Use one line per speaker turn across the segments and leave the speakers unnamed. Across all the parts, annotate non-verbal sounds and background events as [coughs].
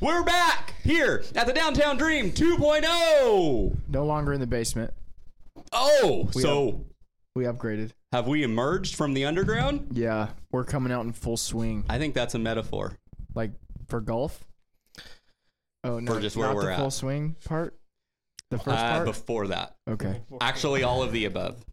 We're back here at the Downtown Dream 2.0.
No longer in the basement.
Oh, so
We upgraded.
have we emerged from the underground?
Yeah, we're coming out in full swing,
I think that's a metaphor.
like for golf. Oh no,
For just where
not
we're
the
at.
full swing part. The first
Uh,
part.
before that,
okay.
actually, all of the above.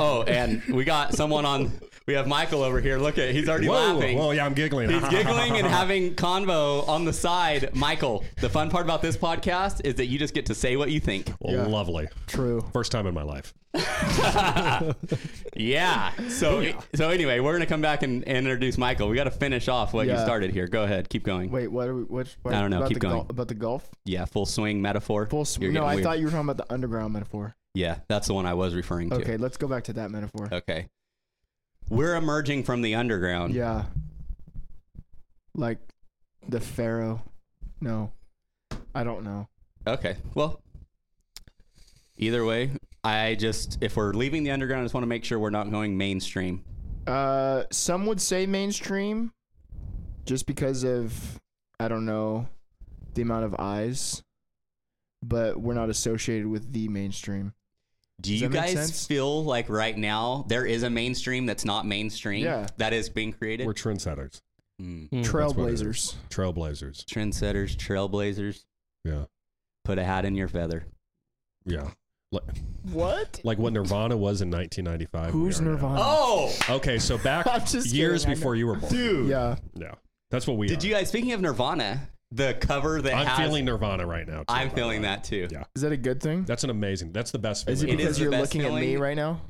Oh, and we got someone on. We have Michael over here. Look at he's already
Whoa,
laughing.
whoa, yeah, I'm giggling.
He's giggling
[laughs]
and having convo on the side. Michael, the fun part about this podcast is that you just get to say what you think.
Yeah.
Lovely.
True.
First time in my life.
Yeah. So so anyway, we're gonna come back and, and introduce Michael. We got to finish off what you
Yeah.
started here. Go ahead, keep going.
Wait, what? Are we, what, what
I don't know,
About
keep
the gol-
going.
about the golf.
Yeah, full swing metaphor.
Full swing.
You're
No,
getting
I
weird.
thought you were talking about the underground metaphor.
Yeah, that's the one I was referring to.
Okay, let's go back to that metaphor.
Okay. We're emerging from the underground.
Yeah. Like the pharaoh. No, I don't know.
Okay. Well, either way, I just if we're leaving the underground, I just want to make sure we're not going mainstream.
Uh, some would say mainstream, just because of I don't know the amount of eyes, but we're not associated with the mainstream.
Do
Does
you
that make
guys
sense?
feel like right now there is a mainstream that's not mainstream?
Yeah.
That is being created.
We're trendsetters,
Mm.
Hmm, what it is.
Trailblazers.
trailblazers.
Trendsetters, trailblazers,
Yeah,
put a hat in your feather.
yeah. Like, [laughs]
What?
like what Nirvana was in 1995. we
Who's
are now.
Nirvana?
Oh, [laughs]
Okay, so
[laughs]
back
I'm just
years
kidding, I
before you were born.
dude.
Yeah.
Yeah, that's what we.
Did
are.
you guys, speaking of Nirvana, the cover that
I'm
has,
feeling Nirvana right now. too,
I'm
by the
feeling
way.
that too.
Yeah.
Is that a good thing?
That's an amazing. That's the best.
Is it
feeling
It
because
ever.
is the
you're
best
looking at me
feeling.
right
[coughs]
now?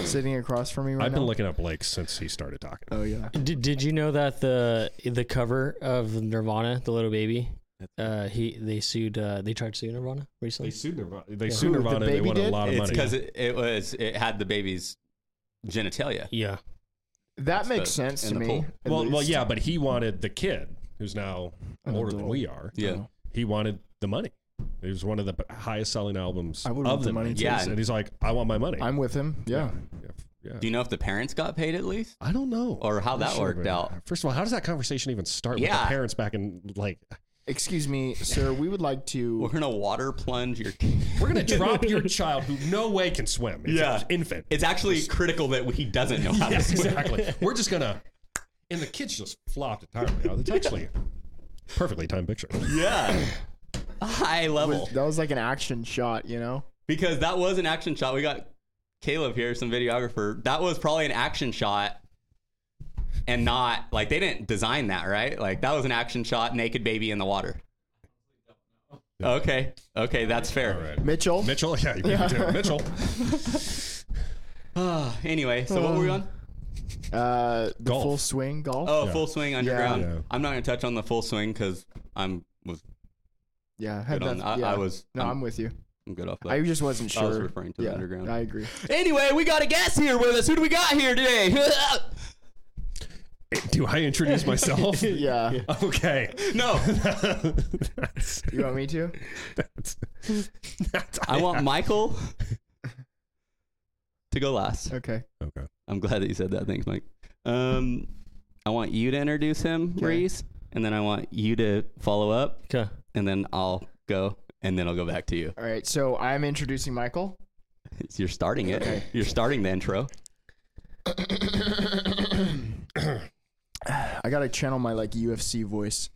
Sitting across from me right
I've
now.
been looking at Blake since he started talking.
oh yeah.
Did, did you know that the the cover of Nirvana, the little baby, uh, he they sued uh, they tried to sue Nirvana recently.
sued Nirvana. They
sued
sued
Who, the
Nirvana. and they
baby
won a
did?
lot of
It's
money.
because it, it was, it had the baby's genitalia.
Yeah,
That makes
the-
sense
in
to
the
me.
pool.
at
Well, well,
least.
yeah, but he wanted the kid, who's now
An
older than
adult.
we are.
Yeah.
he wanted the money. It was one of the b- highest selling albums
I would
of
want the money,
90s.
too. Yeah.
and he's like, I want my money.
I'm with him. Yeah.
yeah, yeah.
Do you know if the parents got paid at least?
I don't know,
Or how
I
that
should've
worked
been-
out.
First of all, how does that conversation even start with
Yeah.
the parents back in like?
Excuse me, sir. We would like
We're
to.
going to water plunge your. [laughs]
We're gonna drop your child who no way can swim. It's
Yeah.
an infant.
It's actually critical that he doesn't know how to [laughs]
[laughs] Yes,
swim.
exactly. We're just gonna, and the kids just flopped entirely. Uh, It's actually a perfectly timed picture.
Yeah. [laughs] High level.
That was like an action shot, you know.
because that was an action shot. We got Caleb here, some videographer. That was probably an action shot and not like they didn't design that, right? Like that was an action shot, naked baby in the water. Okay. Okay, that's
All
fair.
right,
Mitchell.
Mitchell. Yeah, you do. Mitchell.
Ah, [sighs] anyway, so what were
[sighs]
we on?
Uh, the
Golf.
full swing golf.
Oh,
Yeah.
full swing underground.
Yeah.
I'm not gonna touch on the full swing because I'm was
yeah, had
good on- I- I was-
No, I'm,
I'm-
with you.
I'm good off that.
I just wasn't sure.
I was referring to the
Yeah,
underground.
I agree.
anyway, we got a guest here with us. Who do we got here today? [laughs]
Do I introduce myself?
[laughs]
[laughs] Yeah.
Okay.
no.
[laughs] that's,
You want me to?
that's, that's,
I want Michael
[laughs]
to go last.
Okay.
Okay.
I'm glad that you said that. Thanks, Mike. Um, I want you to introduce him,
Okay.
Reese, and then I want you to follow up,
okay.
and then I'll go, and then I'll go back to you.
All right. So I'm introducing Michael.
You're starting it.
Okay.
You're starting the intro.
I gotta channel my like UFC voice.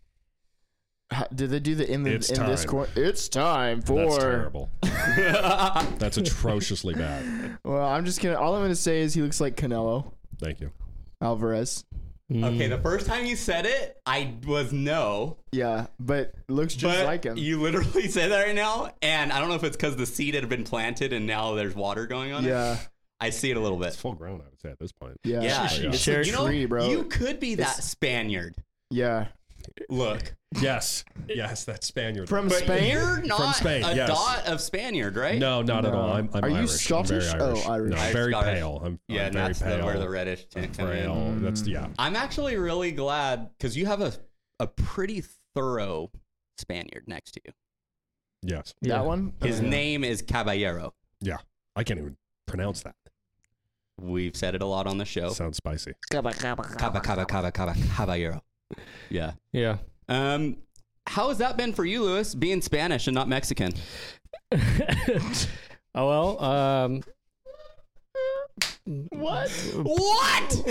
How, did they do the in the
It's
in this
time.
corner? It's time for.
That's terrible. That's atrociously bad.
Well, I'm just gonna. All I'm gonna say is he looks like Canelo
Thank you.
Alvarez.
Okay.
Mm.
The first time you said it, I was no,
Yeah, but looks just
but
like him.
you literally [laughs] said that right now, and I don't know if it's because the seed had been planted and now there's water going on it.
yeah,
I see it a little bit.
It's full grown, I would say, at this point.
yeah,
Yeah,
It's
it's
a
like, you know,
tree, bro.
you could be that Spaniard.
yeah.
Look,
Yes. Yes, that's Spaniard.
From
but
Spain.
you're not
Spain,
a
yes.
dot of Spaniard, right?
no, not at
No.
all. I'm, I'm
Are you
Irish.
Scottish?
I'm
Oh,
very Irish.
Irish.
No, I'm
Irish,
very
Scottish.
pale. I'm,
Yeah,
I'm
and
very
that's
pale.
The, where the reddish tint come
frail.
in.
That's yeah.
I'm actually really glad because you have a a pretty thorough Spaniard next to you.
Yes.
Yeah.
That one.
His
Okay.
name is Caballero.
Yeah. I can't even pronounce that.
We've said it a lot on the show.
Sounds spicy.
Caba, caba, caba, caba, caba, Caballero. Yeah.
Yeah, [laughs]
Um. how has that been for you, Lewis, being Spanish and not Mexican?
oh well. Um,
What? What?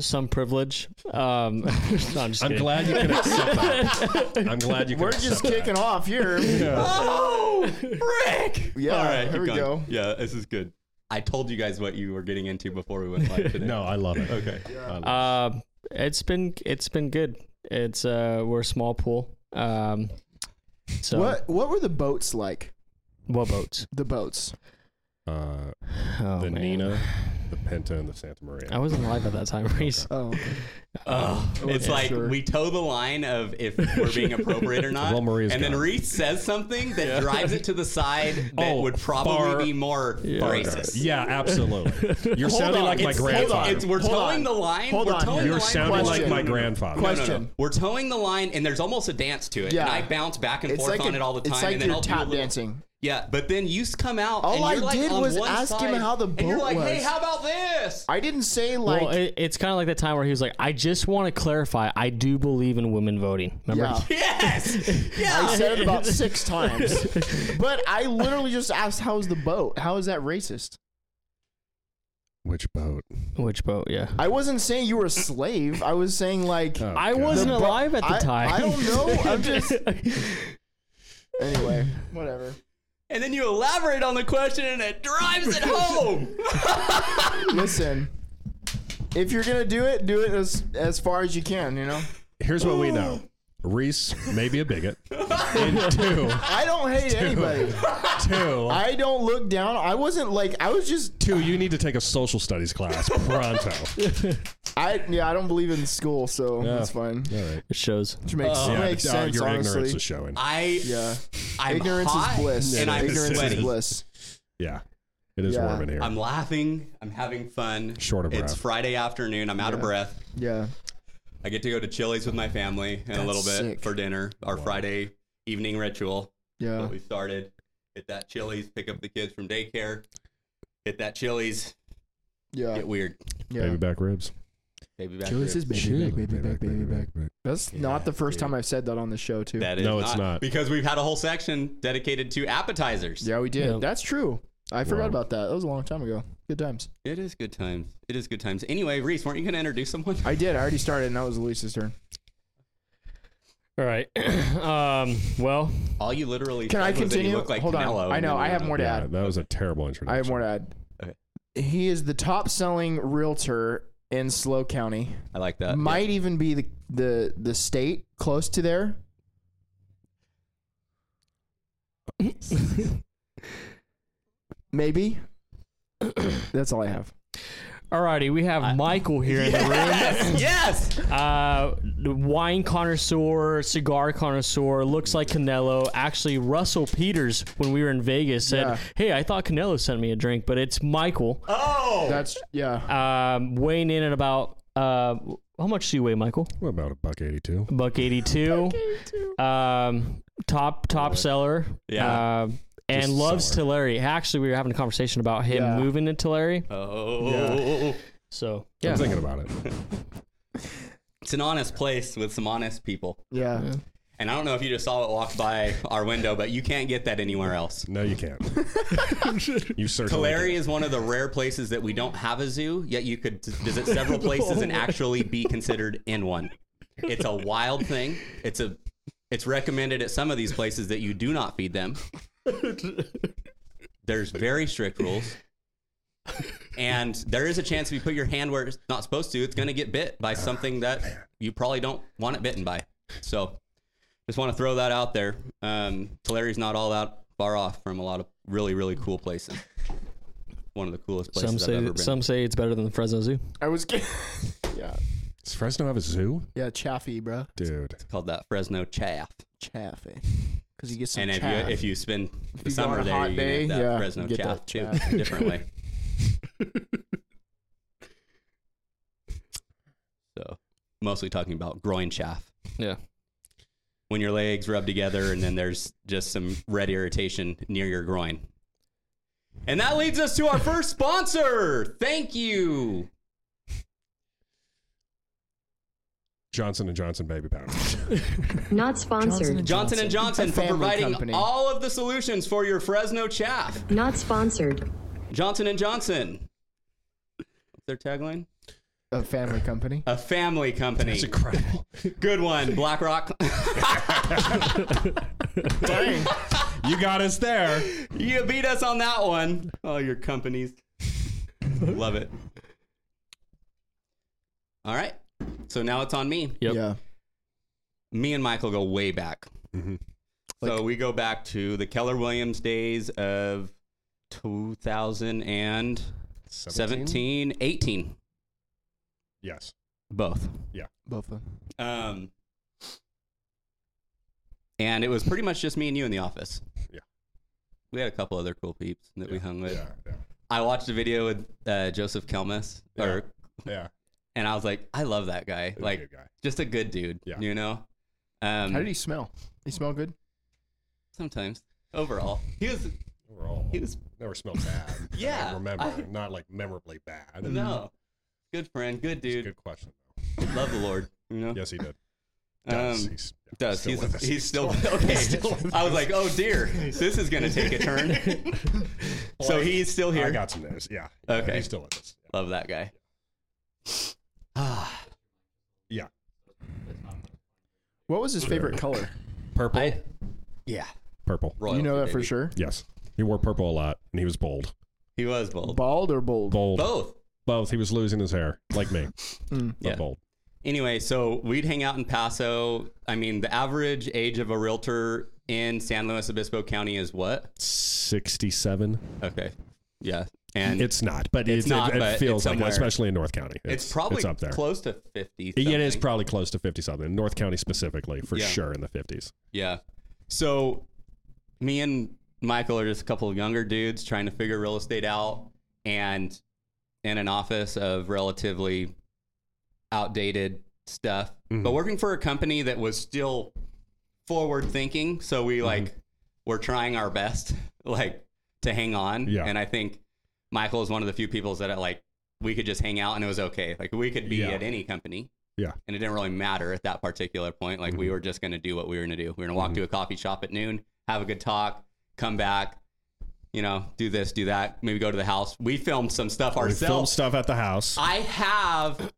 some privilege. Um, [laughs] no, I'm just
I'm
kidding.
glad you can accept that. I'm glad you can
We're
accept
just kicking
[laughs]
off here. Yeah.
oh, frick!
Yeah, here
keep
we
going.
go.
Yeah, this is good. I told you guys what you were getting into before we went live
that.
today.
No, I love it.
Okay.
I love it.
Um, it's been it's been good. It's uh, we're a small pool. Um, so
What what were the boats like?
What boats?
The boats.
Uh,
Oh,
the
man.
Nina, the Penta, and the Santa Maria.
I wasn't alive at that time, [laughs] Reese.
Oh, okay.
Oh, it's
Yeah,
like
sure.
we toe the line of if we're being appropriate or not.
Well, Maria's
and then
gone.
Reese says something that drives it to the side that
Oh,
would probably
far-
be more racist.
Yeah,
[laughs]
absolutely. You're
Hold
sounding
on,
like my
it's- hold
grandfather.
on,
It's, we're
Hold
towing
on.
the line.
Hold
we're
on.
towing
You're
the
You're
line.
sounding
Question.
like my
Oh,
grandfather.
No, no, no.
Question.
We're towing the line, and there's almost a dance to it.
Yeah.
And I bounce back and
It's
forth
like
on
a-
it all the time.
It's like
and then
you're
I'll do a
tap
little-
dancing.
Yeah, but then you come out.
All
and
I
you're like
did
on
was
one
ask him
side,
how the
And you're
boat
like, hey,
was."
how about this?
[laughs] I didn't say like.
Well, it, it's kind of like the time where he was like, "I just want to clarify. I do believe in women voting." Remember?
[laughs]
yeah.
Yes.
[laughs] I
Yeah.
said
[laughs]
it about six times, but I literally just asked, "How's the boat? How is that racist?"
Which boat?
[laughs] Which boat? Yeah.
I wasn't saying you were a slave. I was saying like.
Oh,
I
God.
wasn't
The bo-
alive at the
I-
time.
I don't know,
[laughs]
I'm just- Anyway, whatever.
and then you elaborate on the question, and it drives it
[laughs]
home.
Listen, if you're gonna do it, do it as as far as you can. You know.
Here's what we know.
Oh.
Reese may be a bigot.
[laughs]
and two,
I don't hate anybody.
two,
I don't look down. I wasn't like I was just
two, you need to take a social
[laughs]
studies class pronto.
I yeah I don't believe in school, so that's fine.
All right.
It shows.
Which makes,
Yeah,
makes
uh,
sense,
your ignorance
honestly.
is showing.
I
Yeah,
I'm
ignorance
hot,
is bliss.
and I'm
ignorance
sweaty.
is bliss.
Yeah. It is
Yeah.
warm in here.
I'm laughing. I'm having fun.
Short of
it's
breath.
Friday afternoon. I'm out of breath.
Yeah,
I get to go to Chili's with my family in a
That's
little bit
sick.
for dinner. Our Friday evening ritual.
yeah.
what we started. Hit that Chili's. Pick up the kids from daycare. Hit that Chili's.
Yeah,
Get weird.
yeah.
Baby back ribs.
Baby back ribs.
baby back, baby back, baby back.
back.
That's not the first time I've said that on the show, too.
That is
No, it's not.
because we've had a whole section dedicated to appetizers.
yeah, we did.
Yeah.
That's true. I forgot
Wow.
about that. That was a long time ago. Good times.
It is good times. It is good times. Anyway, Reese, weren't you going to introduce someone?
I did. I already started, and that was Elise's turn.
All right. [clears throat] um. Well,
All you literally
Can
said
I
was that you
continue?
look like
Hold
Canelo,
on. I
and
know.
then
I
you
have
were
more to
Yeah,
add.
that was a terrible introduction.
I have more to add.
Okay.
He is the top-selling realtor in Slow County.
done. I like that.
Might even be the the the state close to
[laughs]
there. Maybe. That's all I have.
alrighty. We have Michael here in the room.
yes. [laughs] yes!
uh, wine connoisseur, cigar connoisseur, looks like Canelo. Actually, Russell Peters, when we were in Vegas, said,
Yeah.
"Hey, I thought Canelo sent me a drink, but it's Michael."
Oh.
That's yeah.
Um, weighing in at about uh, how much do you weigh, Michael?
What about a buck 82?
Buck eighty-two. um, top top seller.
Yeah.
Um, and
Just
loves
seller.
Tulare. Actually, we were having a conversation about him
Yeah.
moving to Tulare.
Oh.
So
I'm
yeah,
thinking about it.
It's an honest place with some honest people.
Yeah.
And I don't know if you just saw it walk by our window, but you can't get that anywhere else.
No,
[laughs]
you can't. you certainly
Tulare
can't.
is one of the rare places that we don't have a zoo, yet you could visit several places and actually be considered in one. It's a wild thing. It's a it's recommended at some of these places that you do not feed them. There's very strict rules. And there is a chance if you put your hand where it's not supposed to, it's going to get bit by something that you probably don't want it bitten by. So just want to throw that out there. Um, Tulare's not all that far off from a lot of really, really cool places. One of the coolest places
some
I've ever
say
been.
some say it's better than the Fresno Zoo.
I was kidding. [laughs] yeah.
Does Fresno have a zoo?
Yeah, chaffy, bro.
Dude.
called that Fresno chaff.
Chaffy. Cuz you get some
And if you
chaff.
if you spend the
you go on
summer
a
there,
hot
you get
day,
that
yeah,
Fresno
get
chaff
that
too,
chaff.
a different
[laughs]
way. so, mostly talking about groin chaff.
Yeah.
When your legs rub together and then there's just some red irritation near your groin. And that leads us to our first sponsor. Thank you.
Johnson and Johnson baby
[laughs]
powder.
Not sponsored.
Johnson and Johnson
A
for
family
providing
company.
all of the solutions for your Fresno chaff.
Not sponsored.
Johnson and Johnson. What's their tagline?
a family company.
A family company.
It's [laughs] incredible.
Good one, BlackRock. [laughs]
Dang.
you got us there.
you beat us on that one. All your companies. Love it. All right. So now it's on me.
Yep.
Yeah.
Me and Michael go way back.
Mhm.
so we go back to the Keller Williams days of 2017, 18,
Yes.
both.
Both of them.
Um, and it was pretty much just me and you in the office.
Yeah.
We had a couple other cool peeps that we hung with.
Yeah. Yeah.
I watched a video with uh, Joseph Kelmus, or,
yeah.
and I was like, I love that guy.
Good
Like,
guy.
just a good dude,
Yeah.
you know? Um,
How did he smell? He smell good?
Sometimes. Overall. He was,
overall,
he was,
never smelled bad.
[laughs]
that
Yeah,
I remember
I-
not like memorably bad.
no. Good friend, good
It's Mm-hmm. a
dude. Um,
good question.
Love the Lord, you know?
Yes, he did. Does.
Um,
he's, yeah,
does.
still
He's,
with us.
he's still, okay.
still
[laughs]
with
I was like, oh dear, this is going to take a
[laughs]
turn. so
Well,
he's still
I
here.
got some news. Yeah.
Okay.
He's still with us.
Love that
[sighs]
guy. Ah,
Yeah.
What was his favorite color?
Purple.
I- yeah.
Purple.
you know that
Royalty,
for
baby.
sure.
Yes. He wore purple a lot and he was bold.
He was bold.
Bald or bold?
Bold.
Both.
Both. He was losing his hair, like me.
Mm.
but
Yeah.
bold.
Anyway, so we'd hang out in Paso. I mean, the average age of a realtor in San Luis Obispo County is what?
67.
Okay. Yeah. And it's,
It's not, but
It's
it's,
not,
it, it
but
feels
it's
like that,
somewhere.
especially in North County. It's,
probably
it's up there.
close to 50.
Yeah, it is
something.
probably close to 50 something. North County specifically, for
Yeah.
sure, in the 50s.
Yeah. So me and Michael are just a couple of younger dudes trying to figure real estate out and in an office of relatively outdated stuff.
Mhm.
But working for a company that was still forward thinking, so we like we're trying our best [laughs] like to hang on.
Yeah.
And I think Michael is one of the few people that like we could just hang out and it was okay. Like we could be
Yeah.
at any company
Yeah. Mm-hmm.
and it didn't really matter at that particular point. Like we were just going to do what we were going to do. We were going to walk to a coffee shop at noon, have a good talk, come back, you know, do this, do that. Maybe go to the house. We filmed some stuff
We filmed
ourselves.
stuff at the house.
I have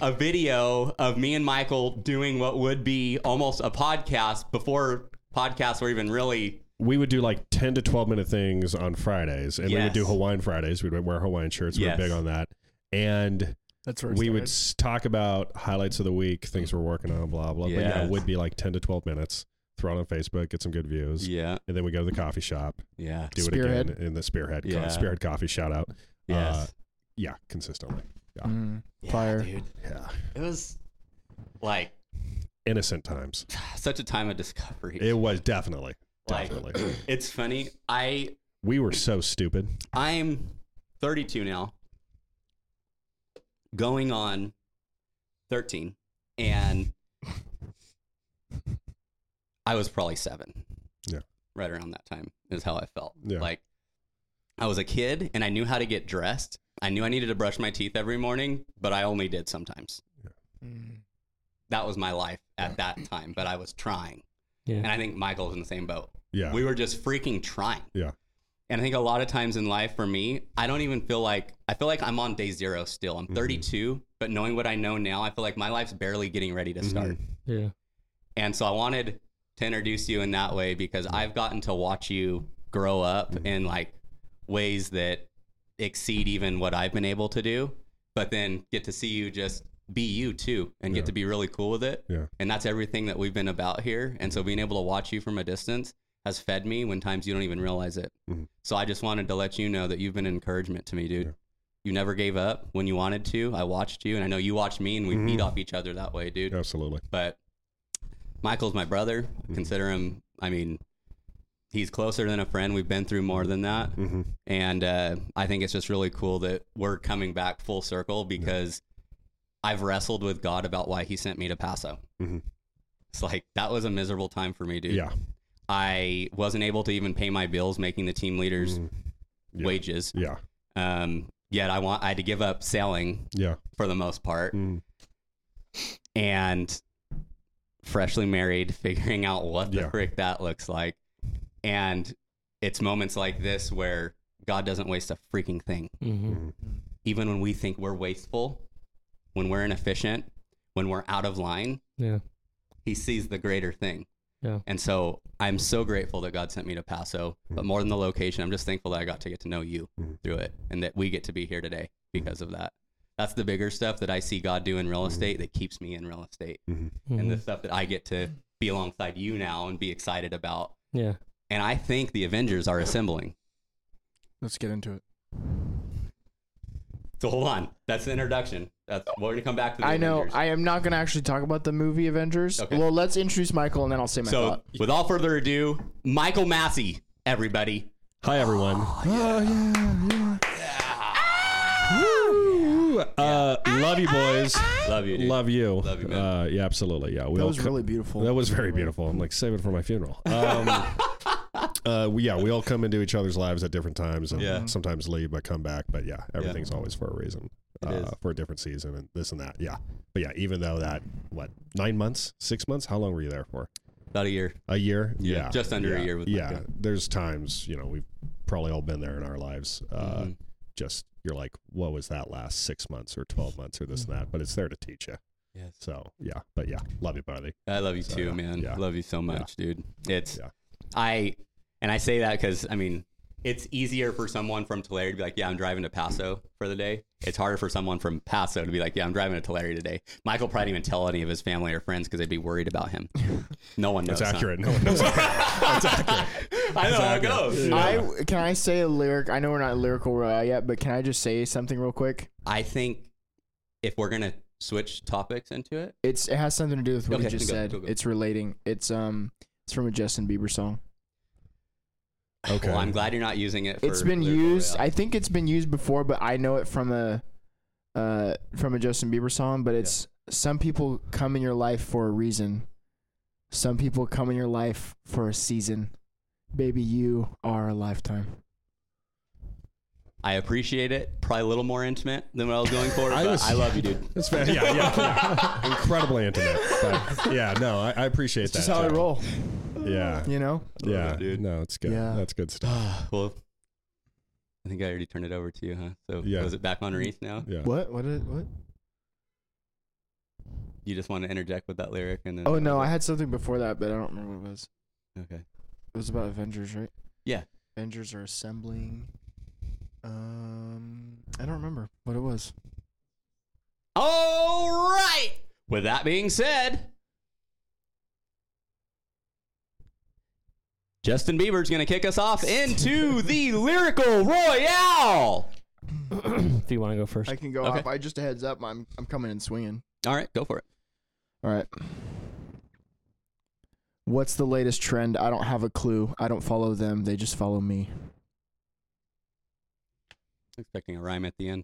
a video of me and Michael doing what would be almost a podcast before podcasts were even really.
we would do like 10 to 12 minute things on Fridays, and we
Yes.
would do Hawaiian Fridays. We'd wear Hawaiian shirts. We
Yes.
were big on that. And
That's where it
we would
started.
s- talk about highlights of the week, things we're working on, blah, blah. But yeah,
Yes.
it would be like 10 to 12 minutes. Throw it on Facebook, get some good views.
Yeah.
And then we go to the coffee shop,
Yeah.
do
Spearhead.
it again in the Spearhead, co-
Yeah.
Spearhead Coffee shout out. Uh,
Yes.
yeah, consistently.
Mm. Fire.
dude.
Yeah.
It was like
Innocent
[laughs]
times.
such a time of discovery.
It was definitely.
Like-
Definitely.
[clears throat] it's funny. I
we were so stupid.
I'm 32 now, going on 13, and I was probably seven.
Yeah.
Right around that time is how I felt.
Yeah.
Like I was a kid and I knew how to get dressed. I knew I needed to brush my teeth every morning, but I only did sometimes.
Mm.
That was my life at that time, but I was trying.
Yeah.
And I think Michael's in the same boat.
Yeah.
We were just freaking trying.
Yeah.
And I think a lot of times in life for me, I don't even feel like I feel like I'm on day zero still. I'm
Mhm.
32, but knowing what I know now, I feel like my life's barely getting ready
Mm-hmm.
to start.
Yeah.
And so I wanted to introduce you in that way because I've gotten to watch you grow up
Mm-hmm.
in like ways that exceed even what I've been able to do, but then get to see you just be you too and get
Yeah.
to be really cool with it.
Yeah.
And that's everything that we've been about here. And so being able to watch you from a distance has fed me when times you don't even realize it.
Mhm.
So I just wanted to let you know that you've been an encouragement to me, dude.
Yeah.
You never gave up when you wanted to. I watched you and I know you watched me and we
Mhm.
beat off each other that way, dude
Absolutely.
but Michael's my brother. I
Mhm.
Consider him. I mean, he's closer than a friend. We've been through more than that,
Mm-hmm.
and uh, I think it's just really cool that we're coming back full circle because I've wrestled with God about why He sent me to Paso.
Mhm.
It's like that was a miserable time for me, dude.
Yeah.
I wasn't able to even pay my bills, making the team leaders'
Mhm. Yeah.
wages.
Yeah.
Um, yet I want I had to give up selling
Yeah. Mm-hmm.
for the most part.
Mm.
and freshly married, [laughs] figuring out what the
Yeah.
frick that looks like. And it's moments like this where God doesn't waste a freaking thing.
Mm-hmm.
Even when we think we're wasteful, when we're inefficient, when we're out of line,
Yeah.
he sees the greater thing.
Yeah.
And so I'm so grateful that God sent me to Paso, but more than the location, I'm just thankful that I got to get to know you
Mhm.
through it and that we get to be here today because of that. That's the bigger stuff that I see God do in real estate that keeps me in real estate and the stuff that I get to be alongside you now and be excited about.
yeah. [clears throat]
And I think the Avengers are assembling.
Let's get into it.
So hold on. That's the introduction. That's we're gonna come back to the
I know.
Avengers.
I am not going to actually talk about the movie Avengers.
Okay.
Well, let's introduce Michael and then I'll say my
so
thought.
without further ado, Michael Massey, everybody.
Hi, everyone.
Oh yeah, yeah.
Uh, love you, boys.
Love you, dude.
Love you.
Love you, man.
Uh, yeah, absolutely. Yeah,
That was really beautiful.
That was very beautiful. I'm like, save it for my funeral. Um,
[laughs]
uh, we, yeah, we all come into each other's lives at different times and
Yeah.
sometimes leave but come back. But yeah, everything's always for a reason,
It is.
uh, for a different season and this and that. Yeah. But yeah, even though that, what, nine months, six months? How long were you there for?
About a year.
A year?
Yeah,
Yeah.
just under a
yeah,
year with
yeah.
Micah.
There's times, you know, we've probably all been there in our lives. Uh,
Mhm.
Just, you're like, what was that last six months or 12 months or this and that? But it's there to teach you.
Mm-hmm. Yes.
So yeah. But yeah, love you, buddy.
I love you
So,
too,
yeah.
man.
Yeah.
Love you so much, dude. It's
Yeah.
I and I say that because I mean it's easier for someone from Tulare to be like, yeah, I'm driving to Paso for the day. It's harder for someone from Paso to be like, yeah, I'm driving to Tulare today. Michael probably didn't even tell any of his family or friends because they'd be worried about him. No one knows.
That's
huh?
accurate. No
[laughs]
one knows
I know how it
accurate.
goes.
I can I say a lyric? I know we're not lyrical royale yet, but can I just say something real quick?
I think if we're gonna switch topics into it,
It's it has something to do with what
Okay,
you just
go,
said.
go, go.
It's relating. It's um it's from a Justin Bieber song.
Okay.
well, I'm glad you're not using it. For
it's been
lyrical
used.
rail.
I think it's been used before, but I know it from a uh from a Justin Bieber song. But it's some people come in your life for a reason. Some people come in your life for a season. Baby, you are a lifetime.
I appreciate it. Probably a little more intimate than what I was going for, but [laughs] I, love you, [sighs] dude.
That's fair. Yeah, yeah, yeah. incredibly intimate. But yeah, no, I, I appreciate
It's
that.
just how I
too.
roll,
Yeah,
you know.
yeah,
it, dude.
No, it's good.
Yeah.
That's good stuff.
Well, I think I already turned it over to you, huh? So
Yeah.
was it back on Reese now?
Yeah.
What? What? Is, what?
You just want to interject with that lyric and then
Oh no, I had something before that, but I don't remember what it was.
okay.
It was about Avengers, right?
Yeah.
Avengers are assembling. Um, I don't remember what it was. [clears throat]
All right. With that being said, Justin Bieber's gonna kick us [laughs] off into the lyrical royale.
if you want to go first.
I can go
Okay.
off. I just a heads up. I'm I'm coming in swinging.
All right, go for it.
All right. What's the latest trend? I don't have a clue. I don't follow them. They just follow me.
Expecting a rhyme at the end.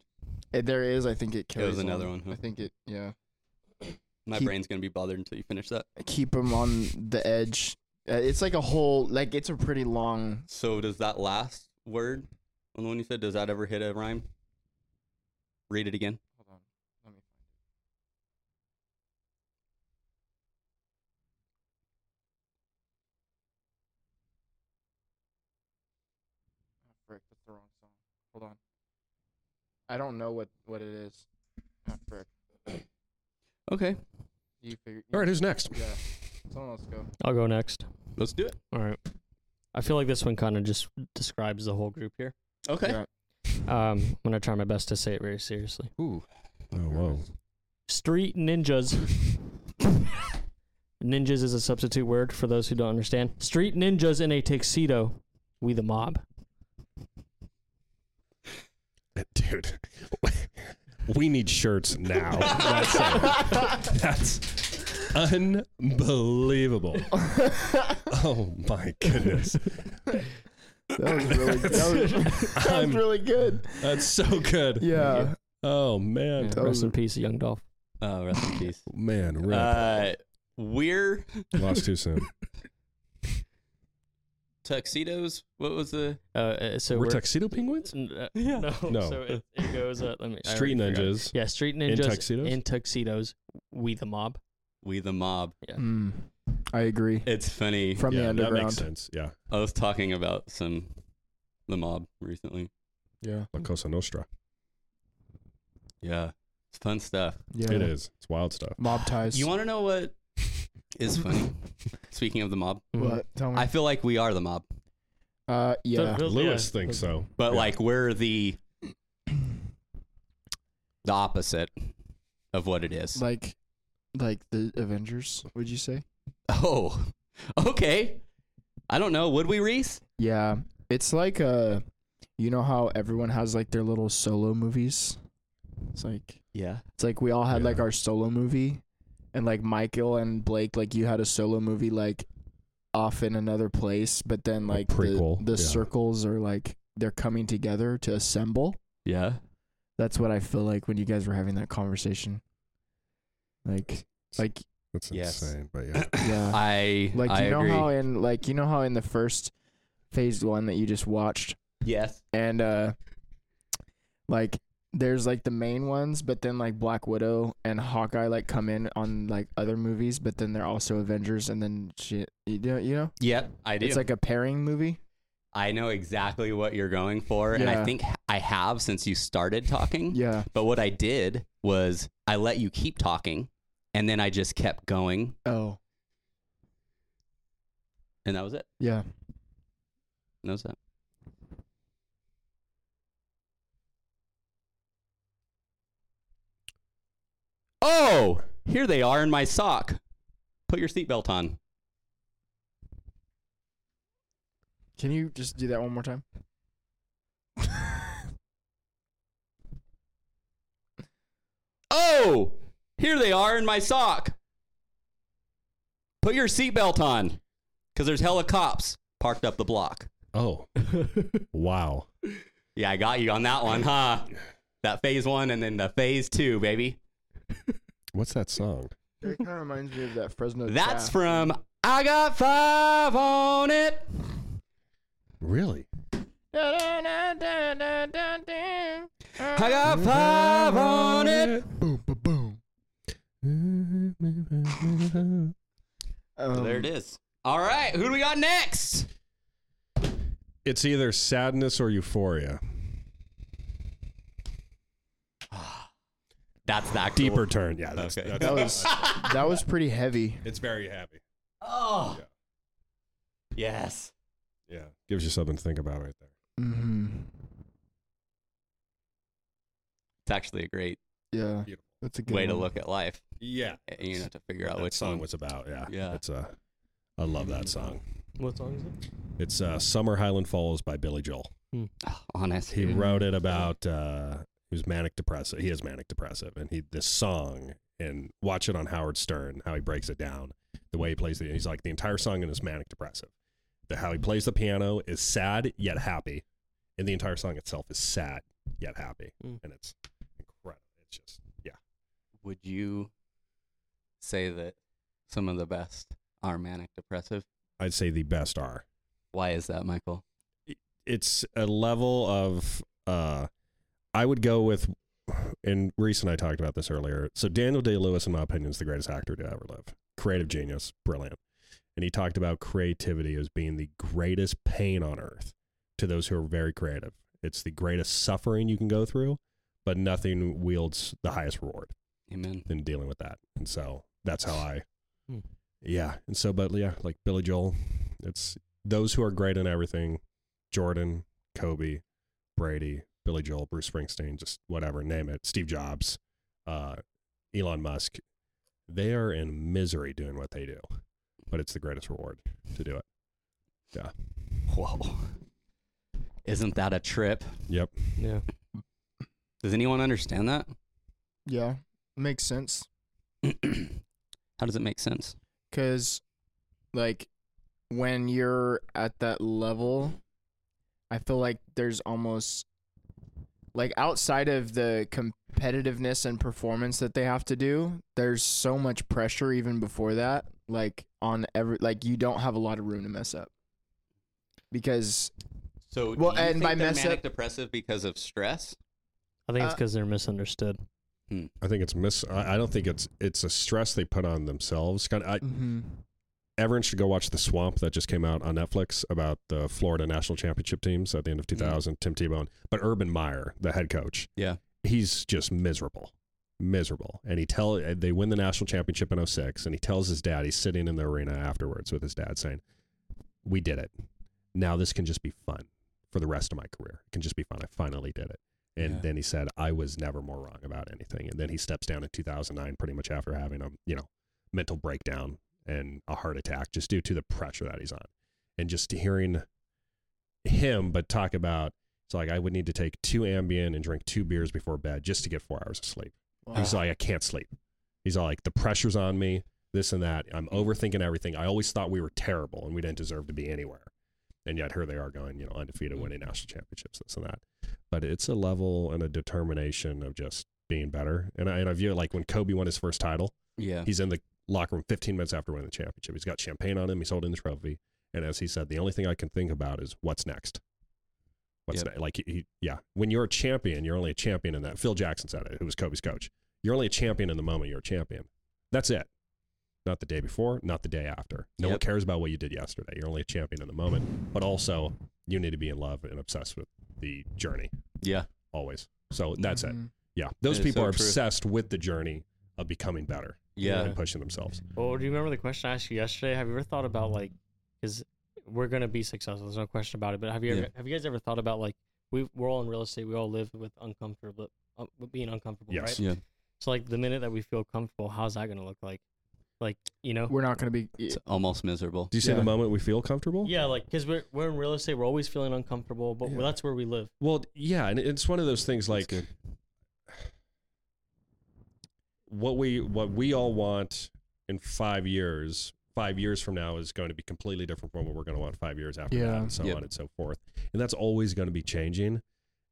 Eh, There is. I think it
It
carries.
was another
on.
one. huh?
I think it. Yeah.
My
Keep-
brain's gonna be bothered until you finish that.
Keep them on the edge. Uh, it's like a whole. Like it's a pretty long.
So does that last word on the one you said, does that ever hit a rhyme? Read it again.
Hold on. Let me find it. frick, that's the wrong song. Hold on. I don't know what what it is. Ah, frick.
Okay.
You figure. you-
All right, who's next?
Yeah. Someone else go.
I'll go next.
Let's do it.
All right. I feel like this one kind of just describes the whole group here.
Okay.
Yeah.
Um, I'm gonna try my best to say it very seriously.
Ooh.
Oh, whoa.
Street ninjas. [laughs] ninjas is a substitute word for those who don't understand. Street ninjas in a tuxedo. We the mob.
Dude, [laughs] we need shirts
[laughs]
now. That's, it. That's unbelievable. Oh, my goodness.
[laughs] That was
[laughs]
really. [laughs] That was, that
[laughs] I'm-
was really
[laughs]
good.
That's so good.
Yeah.
Oh, man.
That
Rest
was-
in peace, Young Dolph.
Uh, rest in [laughs] peace.
Man, rip.
Uh, we're
lost too soon.
tuxedos. What was the?
Uh, Uh, so
We're
we're,
tuxedo penguins?
N- [laughs] uh, No.
No.
So it, it goes. Uh, let me. I
Street
already forgot.
ninjas.
Yeah, street ninjas
tuxedos?
in tuxedos. We the mob.
We the Mob.
Mm, I agree.
It's funny.
From the
yeah, that makes
underground.
sense. Yeah,
I was talking about some the Mob recently.
Yeah.
La Cosa Nostra.
Yeah, it's fun stuff.
Yeah.
It is. It's wild stuff.
Mob ties.
You want to know what [laughs] is funny? Speaking of the Mob,
Mm-hmm.
what? Tell me.
I feel like we are the Mob,
uh, yeah.
Oh,
Lewis thinks so,
but
Yeah.
like we're the
[clears throat]
the opposite of what it is.
Like, like the Avengers. Would you say?
oh, [laughs] okay. I don't know. Would we, Reese?
Yeah. It's like uh, you know how everyone has like their little solo movies. It's like
Yeah.
it's like we all had like
Yeah.
our solo movie, and like Michael and Blake, like you had a solo movie like off in another place, but then like
prequel,
the, the
yeah.
circles are like they're coming together to assemble.
Yeah.
That's what I feel like when you guys were having that conversation. Like, like
That's
Yes.
insane.
[coughs]
But yeah,
yeah.
I
like
I
you know
agree.
how in like you know how in the first phase one that you just watched
yes.
and uh like there's like the main ones but then like black widow and hawkeye like come in on like other movies but then they're also avengers and then shit you know you know
Yep. I do.
it's like a pairing movie
I know exactly what you're going for, and I
Yeah.
think h- I have since you started talking.
yeah
But what I did was I let you keep talking, and then I just kept going,
oh
and that was it.
yeah
And that was it. Oh, here they are in my sock. Put your seatbelt on.
can you just do that one more time
Oh, here they are in my sock. Put your seatbelt on, because there's hella cops parked up the block.
[laughs]
oh, wow.
Yeah, I got you on that one, huh? That phase one and then the phase two, baby.
What's that song?
it kind of reminds me of that fresno
That's from I Got Five on It.
Really?
I Got Five on It.
Eh. boom boom boom
So
Um,
Um,
there it is. All right, who do we got next?
It's either sadness or euphoria.
That's the actual.
Deeper turn. Yeah, that's,
Okay.
that's
that was that was pretty heavy
it's very happy.
Oh.
Yeah.
Yes.
Yeah, gives you something to think about right there.
mm-hmm.
It's actually a great
yeah
Beautiful.
that's a good
way to
one.
look at life.
Yeah,
You know, to figure out
that
which
song
one.
was about. Yeah,
Yeah.
It's uh, I love that song.
What song is it?
It's uh, "Summer Highland Falls" by Billy Joel.
Oh, honest.
He wrote it about uh, he was manic depressive. He is manic depressive, and he this song and watch it on Howard Stern how he breaks it down, the way he plays it. He's like the entire song in is manic depressive. The how he plays the piano is sad yet happy, and the entire song itself is sad yet happy,
Mm.
and it's incredible. It's just
Would you say that some of the best are manic depressive?
I'd say the best are
Why is that, Michael?
it's a level of uh I would go with and Reese and I talked about this earlier. So Daniel Day Lewis, in my opinion, is the greatest actor to ever live. Creative genius, brilliant. And he talked about creativity as being the greatest pain on earth to those who are very creative. It's the greatest suffering you can go through, but nothing wields the highest reward
Amen.
than dealing with that. And so that's how I,
Hmm.
yeah. And so, but yeah, like Billy Joel, it's those who are great in everything Jordan, Kobe, Brady, Billy Joel, Bruce Springsteen, just whatever, name it, Steve Jobs, uh, Elon Musk. They are in misery doing what they do, but it's the greatest reward to do it. Yeah.
Whoa. Isn't that a trip?
Yep.
Yeah.
Does anyone understand that? [clears throat]
yeah makes sense
How does it make sense?
Cause, like, when you're at that level, I feel like there's almost like outside of the competitiveness and performance that they have to do, there's so much pressure even before that. Like on every, like you don't have a lot of room to mess up because
So,
Well, you and think by they're mess manic up-
depressive because of stress?
I think it's
Uh,
because they're misunderstood.
Hmm.
I think it's mis. I, I don't think it's it's a stress they put on themselves. Kind of, I,
Mm-hmm.
everyone should go watch The Swamp that just came out on Netflix about the Florida national championship teams at the end of 2000. Tim Tebow, but Urban Meyer, the head coach,
Yeah.
he's just miserable, miserable. And he tell they win the national championship in 06, and he tells his dad he's sitting in the arena afterwards with his dad saying, "We did it. Now this can just be fun for the rest of my career. It can just be fun. I finally did it." And
Yeah.
then he said, "I was never more wrong about anything." And then he steps down in 2009, pretty much after having a you know mental breakdown and a heart attack just due to the pressure that he's on. And just hearing him, but talk about it's like I would need to take two Ambien and drink two beers before bed just to get four hours of sleep. He's like, I can't sleep. He's all like, the pressure's on me, this and that. I'm overthinking everything. I always thought we were terrible and we didn't deserve to be anywhere. And yet here they are going, you know, undefeated, winning national championships, this and that. But it's a level and a determination of just being better. And I, and I view it like when Kobe won his first title,
Yeah.
He's in the locker room 15 minutes after winning the championship. He's got champagne on him. He's holding the trophy. And as he said, the only thing I can think about is what's next. What's
Yep.
ne- like? He, he- yeah. When you're a champion, you're only a champion in that. Phil Jackson said it. Who was Kobe's coach? You're only a champion in the moment you're a champion. That's it. Not the day before. Not the day after. No one
Yep.
cares about what you did yesterday. You're only a champion in the moment. But also, you need to be in love and obsessed with the journey
Yeah.
always. So that's
Mm-hmm.
it.
Mhm.
Yeah. Those
It is
people
so
are
true.
obsessed with the journey of becoming better
Yeah.
and pushing themselves.
Well, do you remember the question I asked you yesterday? Have you ever thought about like, because we're gonna be successful. There's no question about it. But have you ever,
Yeah.
have you guys ever thought about like we we're all in real estate. We all live with uncomfortable, uh, with being uncomfortable,
Yes.
right?
Yeah.
So like the minute that we feel comfortable, how's that gonna look like? Like you know,
We're not gonna be.
It's almost miserable.
Do you see
Yeah.
the moment we feel comfortable?
yeah, like because we're we're in real estate. We're always feeling uncomfortable, but
Yeah.
that's where we live.
Well, yeah, and it's one of those things
That's
like
good.
what we what we all want in five years. Five years from now is going to be completely different from what we're going to want five years after that,
Yeah.
and so
Yep.
on and so forth. And that's always going to be changing.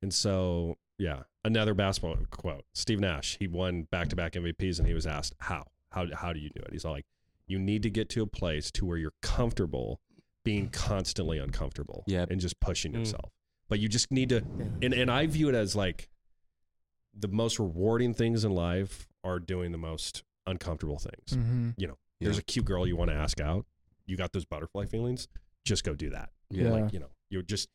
And so, yeah, another basketball quote: Steve Nash. He won back-to-back MVPs, and he was asked how how how do you do it? He's all like, "You need to get to a place to where you're comfortable being constantly uncomfortable,
Yep.
and just pushing
Mm.
yourself. But you just need to
Yeah.
and and I view it as like the most rewarding things in life are doing the most uncomfortable things.
Mm-hmm.
There's
Yeah.
a cute girl you want to ask out. You got those butterfly feelings. Just go do that.
Yeah.
Yeah.
Like,
Like you know, you're just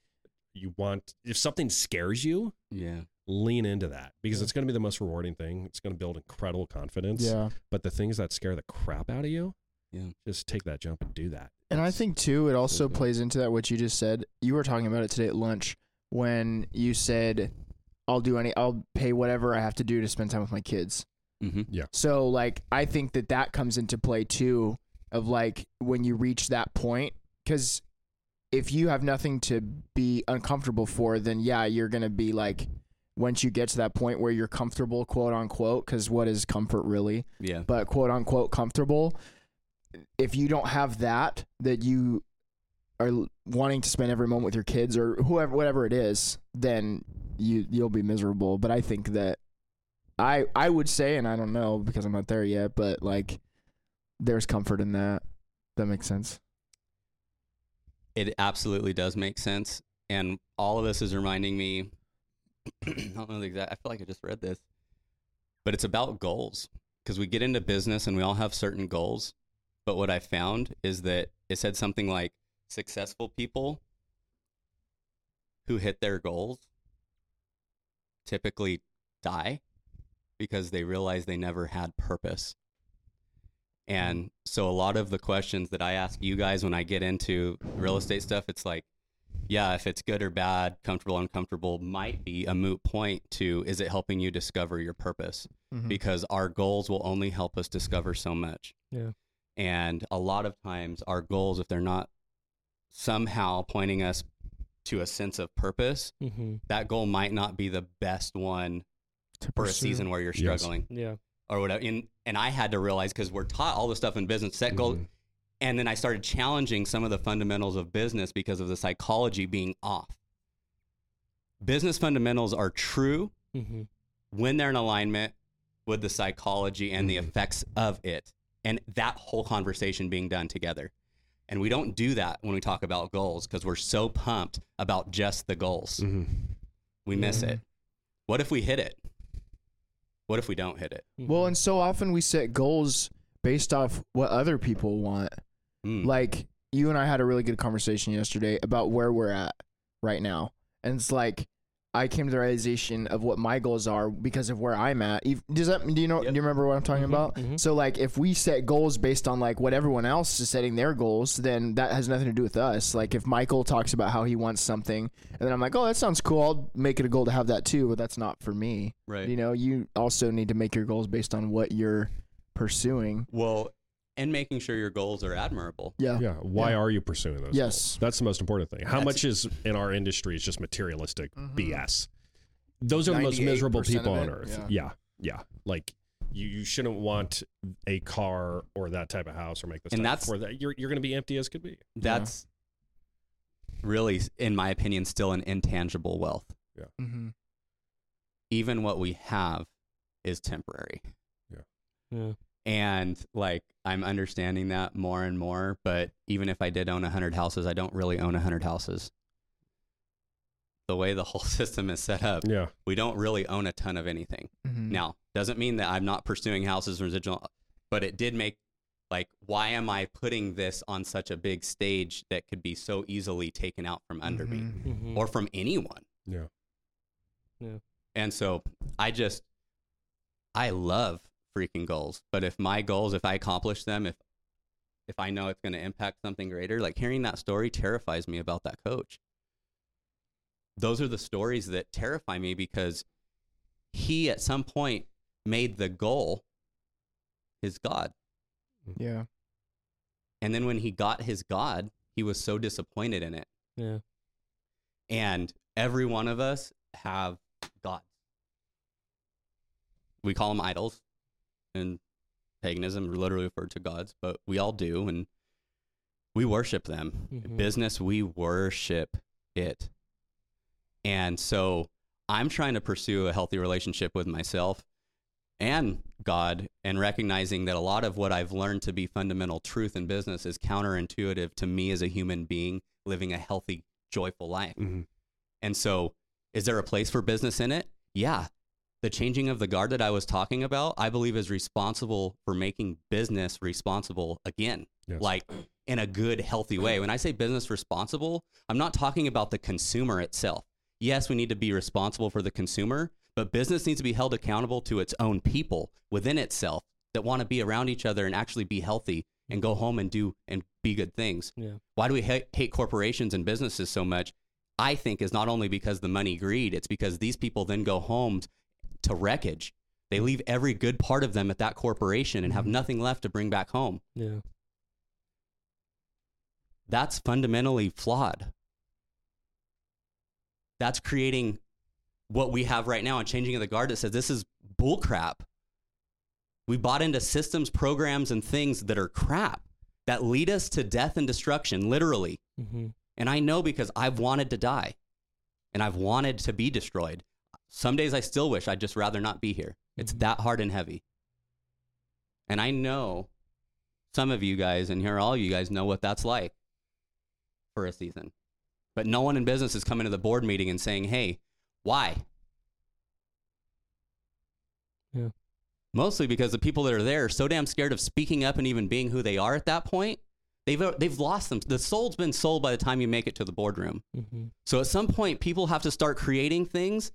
you want if something scares you,
yeah.
lean into that because it's going to be the most rewarding thing. It's going to build incredible confidence.
Yeah.
But the things that scare the crap out of you,
Yeah.
just take that jump and do that.
And I
It's-
think too, it also
good.
plays into that what you just said. You were talking about it today at lunch when you said, "I'll do any, I'll pay whatever I have to do to spend time with my kids."
Mm-hmm.
So like, I think that that comes into play too, of like when you reach that point, because if you have nothing to be uncomfortable for, then yeah, you're gonna be like, once you get to that point where you're comfortable, quote unquote, because what is comfort really?
Yeah.
but quote unquote comfortable. If you don't have that, that you are l- wanting to spend every moment with your kids or whoever, whatever it is, then you you'll be miserable. But I think that I I would say, and I don't know because I'm not there yet, but like there's comfort in that. That makes sense.
It absolutely does make sense. And all of this is reminding me, [clears throat] I don't know the exact, I feel like I just read this, but it's about goals because we get into business and we all have certain goals. But what I found is that it said something like successful people who hit their goals typically die because they realize they never had purpose. And so a lot of the questions that I ask you guys when I get into real estate stuff, it's like, yeah, if it's good or bad, comfortable, uncomfortable, might be a moot point to is it helping you discover your purpose? because our goals will only help us discover so much.
Yeah.
And a lot of times, our goals, if they're not somehow pointing us to a sense of purpose,
Mm-hmm.
that goal might not be the best one for a season where you're
Yes.
struggling
Yeah.
or whatever. And, and I had to realize because we're taught all this stuff in business, set goals.
Mm-hmm.
Mhm.
And then I started challenging some of the fundamentals of business because of the psychology being off. Business fundamentals are true
Mm-hmm.
when they're in alignment with the psychology and
Mm-hmm.
the effects of it and that whole conversation being done together. And we don't do that when we talk about goals because we're so pumped about
Mm-hmm.
just the goals.
Mhm.
We miss
Yeah.
it. What if we hit it? What if we don't hit it?
Mm-hmm.
Well, and so often we set goals based off what other people want.
Mm.
Like you and I had a really good conversation yesterday about where we're at right now. And it's like I came to the realization of what my goals are because of where I'm at. Ev- Does that do you know
Yep. Mm-hmm,
do you remember what I'm talking
Mhm,
about?
mhm.
So like if we set goals based on like what everyone else is setting their goals, then that has nothing to do with us. Like if Michael talks about how he wants something and then I'm like, "Oh, that sounds cool. I'll make it a goal to have that too," but that's not for me.
right.
You know, you also need to make your goals based on what you're pursuing.
well, and making sure your goals are admirable.
Yeah.
Yeah.
Oh,
Why
Yeah.
are you pursuing those?
Yes.
goals? That's the most important thing. How
That's-
much is in our industry is just materialistic
Mm-hmm.
BS. Those are the most
98%
miserable
of
people on
it,
earth.
yeah.
Yeah. yeah. Like you, you shouldn't want a car or that type of house or make this
And
type
that's-
of, or that you're you're gonna be empty as could be.
That's really, in my opinion, still an intangible wealth.
Mm-hmm.
Even what we have is temporary.
Yeah.
And like, I'm understanding that more and more. But even if I did own 100 houses, I don't really own 100 houses. The way the whole [laughs] system is set up,
Yeah.
we don't really own a ton of anything.
Mm-hmm.
Now, doesn't mean that I'm not pursuing houses and residual, but it did make like, why am I putting this on such a big stage that could be so easily taken out from under me
Mm-hmm.
Mhm.
or from anyone?
Yeah.
And so I just, I love freaking goals. But if my goals, if I accomplish them, if if I know it's going to impact something greater, like hearing that story terrifies me about that coach. Those are the stories that terrify me because he at some point made the goal his God.
Yeah.
And then when he got his God, he was so disappointed in it.
Yeah.
And every one of us have gods. We call them idols. And paganism literally referred to gods, but we all do. And we worship them.
Mhm.
Business, we worship it. And so I'm trying to pursue a healthy relationship with myself and God and recognizing that a lot of what I've learned to be fundamental truth in business is counterintuitive to me as a human being living a healthy, joyful life.
Mm-hmm.
And so, is there a place for business in it? Yeah. The changing of the guard that I was talking about, I believe is responsible for making business responsible again,
Yes.
like in a good, healthy way. When I say business responsible, I'm not talking about the consumer itself. Yes, we need to be responsible for the consumer, but business needs to be held accountable to its own people within itself that want to be around each other and actually be healthy and go home and do and be good things
Yeah.
why do we ha- hate corporations and businesses so much? I think is not only because the money greed, it's because these people then go home to wreckage. They leave every good part of them at that corporation and have nothing left to bring back home.
Yeah.
That's fundamentally flawed. That's creating what we have right now and changing of the guard that says this is bullcrap. We bought into systems, programs, and things that are crap that lead us to death and destruction, literally.
Mhm.
And I know because I've wanted to die and I've wanted to be destroyed. Some days I still wish I'd just rather not be here. It's
Mhm.
that hard and heavy. And I know some of you guys and here, all you guys know what that's like for a season. But no one in business is coming to the board meeting and saying, hey, why?
Yeah.
Mostly because the people that are there are so damn scared of speaking up and even being who they are at that point They've uh, they've lost them. The soul's been sold by the time you make it to the boardroom.
Mhm.
So at some point, people have to start creating things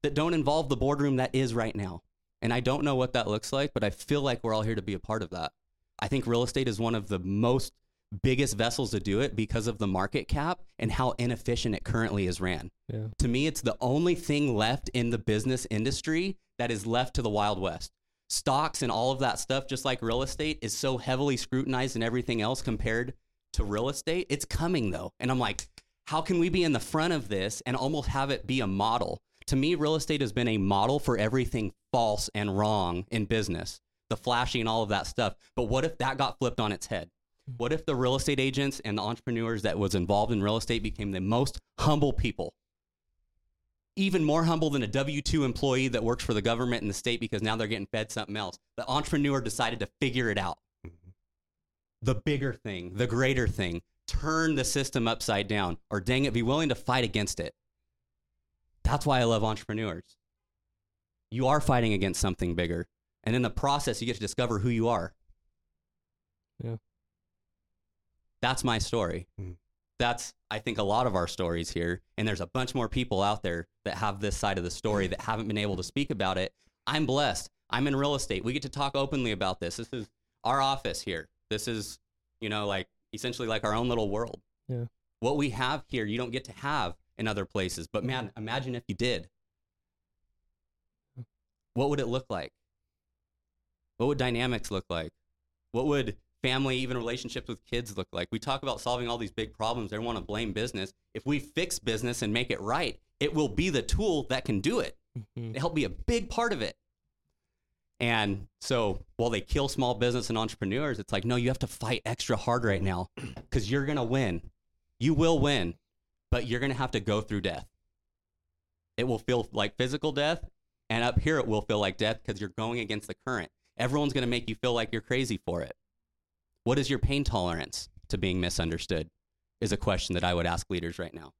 that don't involve the boardroom that is right now. And I don't know what that looks like, but I feel like we're all here to be a part of that. I think real estate is one of the most biggest vessels to do it because of the market cap and how inefficient it currently is ran.
Yeah.
To me, it's the only thing left in the business industry that is left to the Wild West. Stocks and all of that stuff, just like real estate, is so heavily scrutinized and everything else compared to real estate. It's coming though. And I'm like, how can we be in the front of this and almost have it be a model? To me, real estate has been a model for everything false and wrong in business, the flashy and all of that stuff. But what if that got flipped on its head? What if the real estate agents and the entrepreneurs that was involved in real estate became the most humble people? Even more humble than a W 2 employee that works for the government and the state because now they're getting fed something else. The entrepreneur decided to figure it out the bigger thing, the greater thing. Turn the system upside down, or dang it, be willing to fight against it. That's why I love entrepreneurs. you are fighting against something bigger. And in the process, you get to discover who you are.
Yeah.
That's my story.
Mm.
That's, I think, a lot of our stories here. And there's a bunch more people out there that have this side of the story that haven't been able to speak about it. I'm blessed. I'm in real estate. We get to talk openly about this. This is our office here. This is, you know, like essentially like our own little world.
Yeah.
What we have here, you don't get to have in other places. But man, imagine if you did. What would it look like? What would dynamics look like? What would family, even relationships with kids, look like? We talk about solving all these big problems. They want to blame business. If we fix business and make it right, it will be the tool that can do it.
Mhm.
It helped be a big part of it. And so while they kill small business and entrepreneurs, it's like, no, you have to fight extra hard right now [clears throat] because you're going to win. You will win, but you're going to have to go through death. It will feel like physical death. And up here, it will feel like death because you're going against the current. Everyone's going to make you feel like you're crazy for it. What is your pain tolerance to being misunderstood? Is a question that I would ask leaders right now.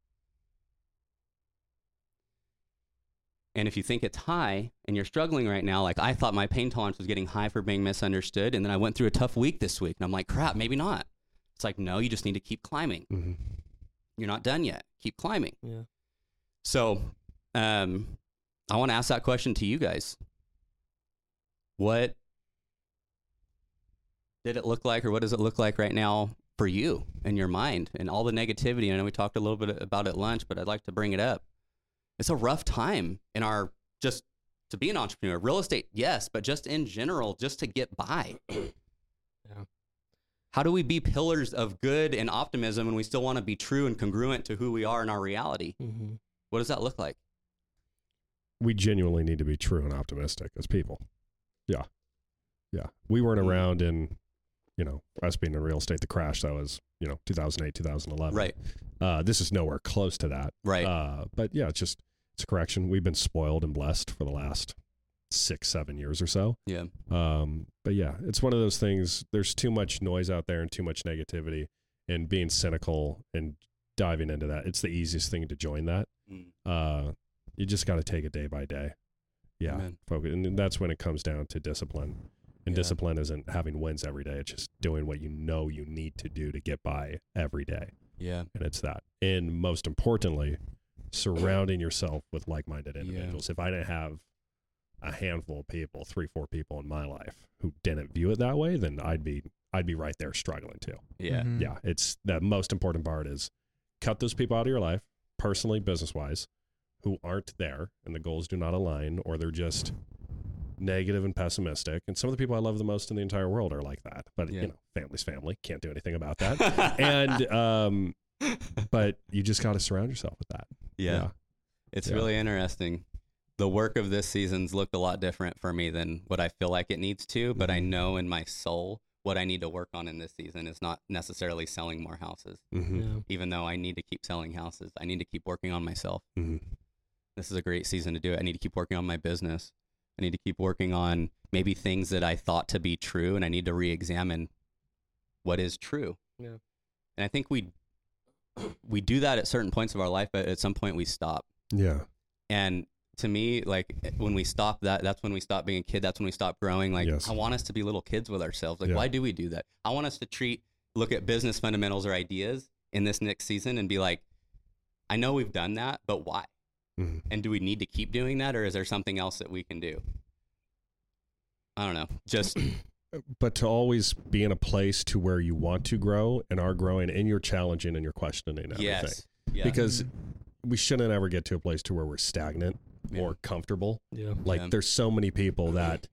And if you think it's high and you're struggling right now, like I thought my pain tolerance was getting high for being misunderstood. And then I went through a tough week this week and I'm like, crap, maybe not. It's like, no, you just need to keep climbing.
Mm-hmm.
You're not done yet. Keep climbing.
Yeah.
So um, I want to ask that question to you guys. What did it look like, or what does it look like right now for you and your mind and all the negativity? And I know we talked a little bit about it at lunch, but I'd like to bring it up. It's a rough time in our just to be an entrepreneur, real estate, yes, but just in general, just to get by. How do we be pillars of good and optimism and we still want to be true and congruent to who we are in our reality?
Mhm.
What does that look like?
We genuinely need to be true and optimistic as people. Yeah. Yeah. We weren't around in, you know, us being in real estate, the crash that was, you know, 2008, 2011.
Right,
Uh, this is nowhere close to that.
right.
Uh, but yeah, it's just it's a correction. We've been spoiled and blessed for the last six, seven years or so.
Yeah.
Um, but yeah, it's one of those things. There's too much noise out there and too much negativity, and being cynical and diving into that. It's the easiest thing to join that.
Mm.
Uh, you just got to take it day by day. Yeah,
Amen.
focus, and that's when it comes down to discipline. And
Yeah.
discipline isn't having wins every day. It's just doing what you know you need to do to get by every day
Yeah.
and it's that. And most importantly, surrounding yourself with like-minded
Yeah.
individuals. If I didn't have a handful of people, three, four people in my life who didn't view it that way, then I'd be I'd be right there struggling too.
Yeah.
Mhm.
Yeah, it's the most important part is cut those people out of your life, personally, business-wise, who aren't there and the goals do not align or they're just negative and pessimistic. And some of the people I love the most in the entire world are like that. But
Yeah.
you know, family's family, can't do anything about that
[laughs]
and um but you just got to surround yourself with that
yeah. It's
Yeah.
really interesting. The work of this season's looked a lot different for me than what I feel like it needs to, but
Mm-hmm.
I know in my soul what I need to work on in this season is not necessarily selling more houses.
mm-hmm.
Yeah.
Even though I need to keep selling houses, I need to keep working on myself.
Mm-hmm.
This is a great season to do it. I need to keep working on my business. I need to keep working on maybe things that I thought to be true and I need to re-examine what is true.
Yeah.
And I think we we do that at certain points of our life, but at some point we stop.
yeah
And to me, like eh, when we stop that, that's when we stop being a kid. That's when we stop growing. Like
Yes.
I want us to be little kids with ourselves. Like
Yeah.
why do we do that? I want us to treat, look at business fundamentals or ideas in this next season and be like, I know we've done that, but why?
mm-hmm.
And do we need to keep doing that, or is there something else that we can do? I don't know.
[clears throat]
Just
Uh, but to always be in a place to where you want to grow and are growing and you're challenging and you're questioning everything
yes, yeah,
because we shouldn't ever get to a place to where we're stagnant
Yeah.
or comfortable
Yeah.
Like
Yeah.
there's so many people that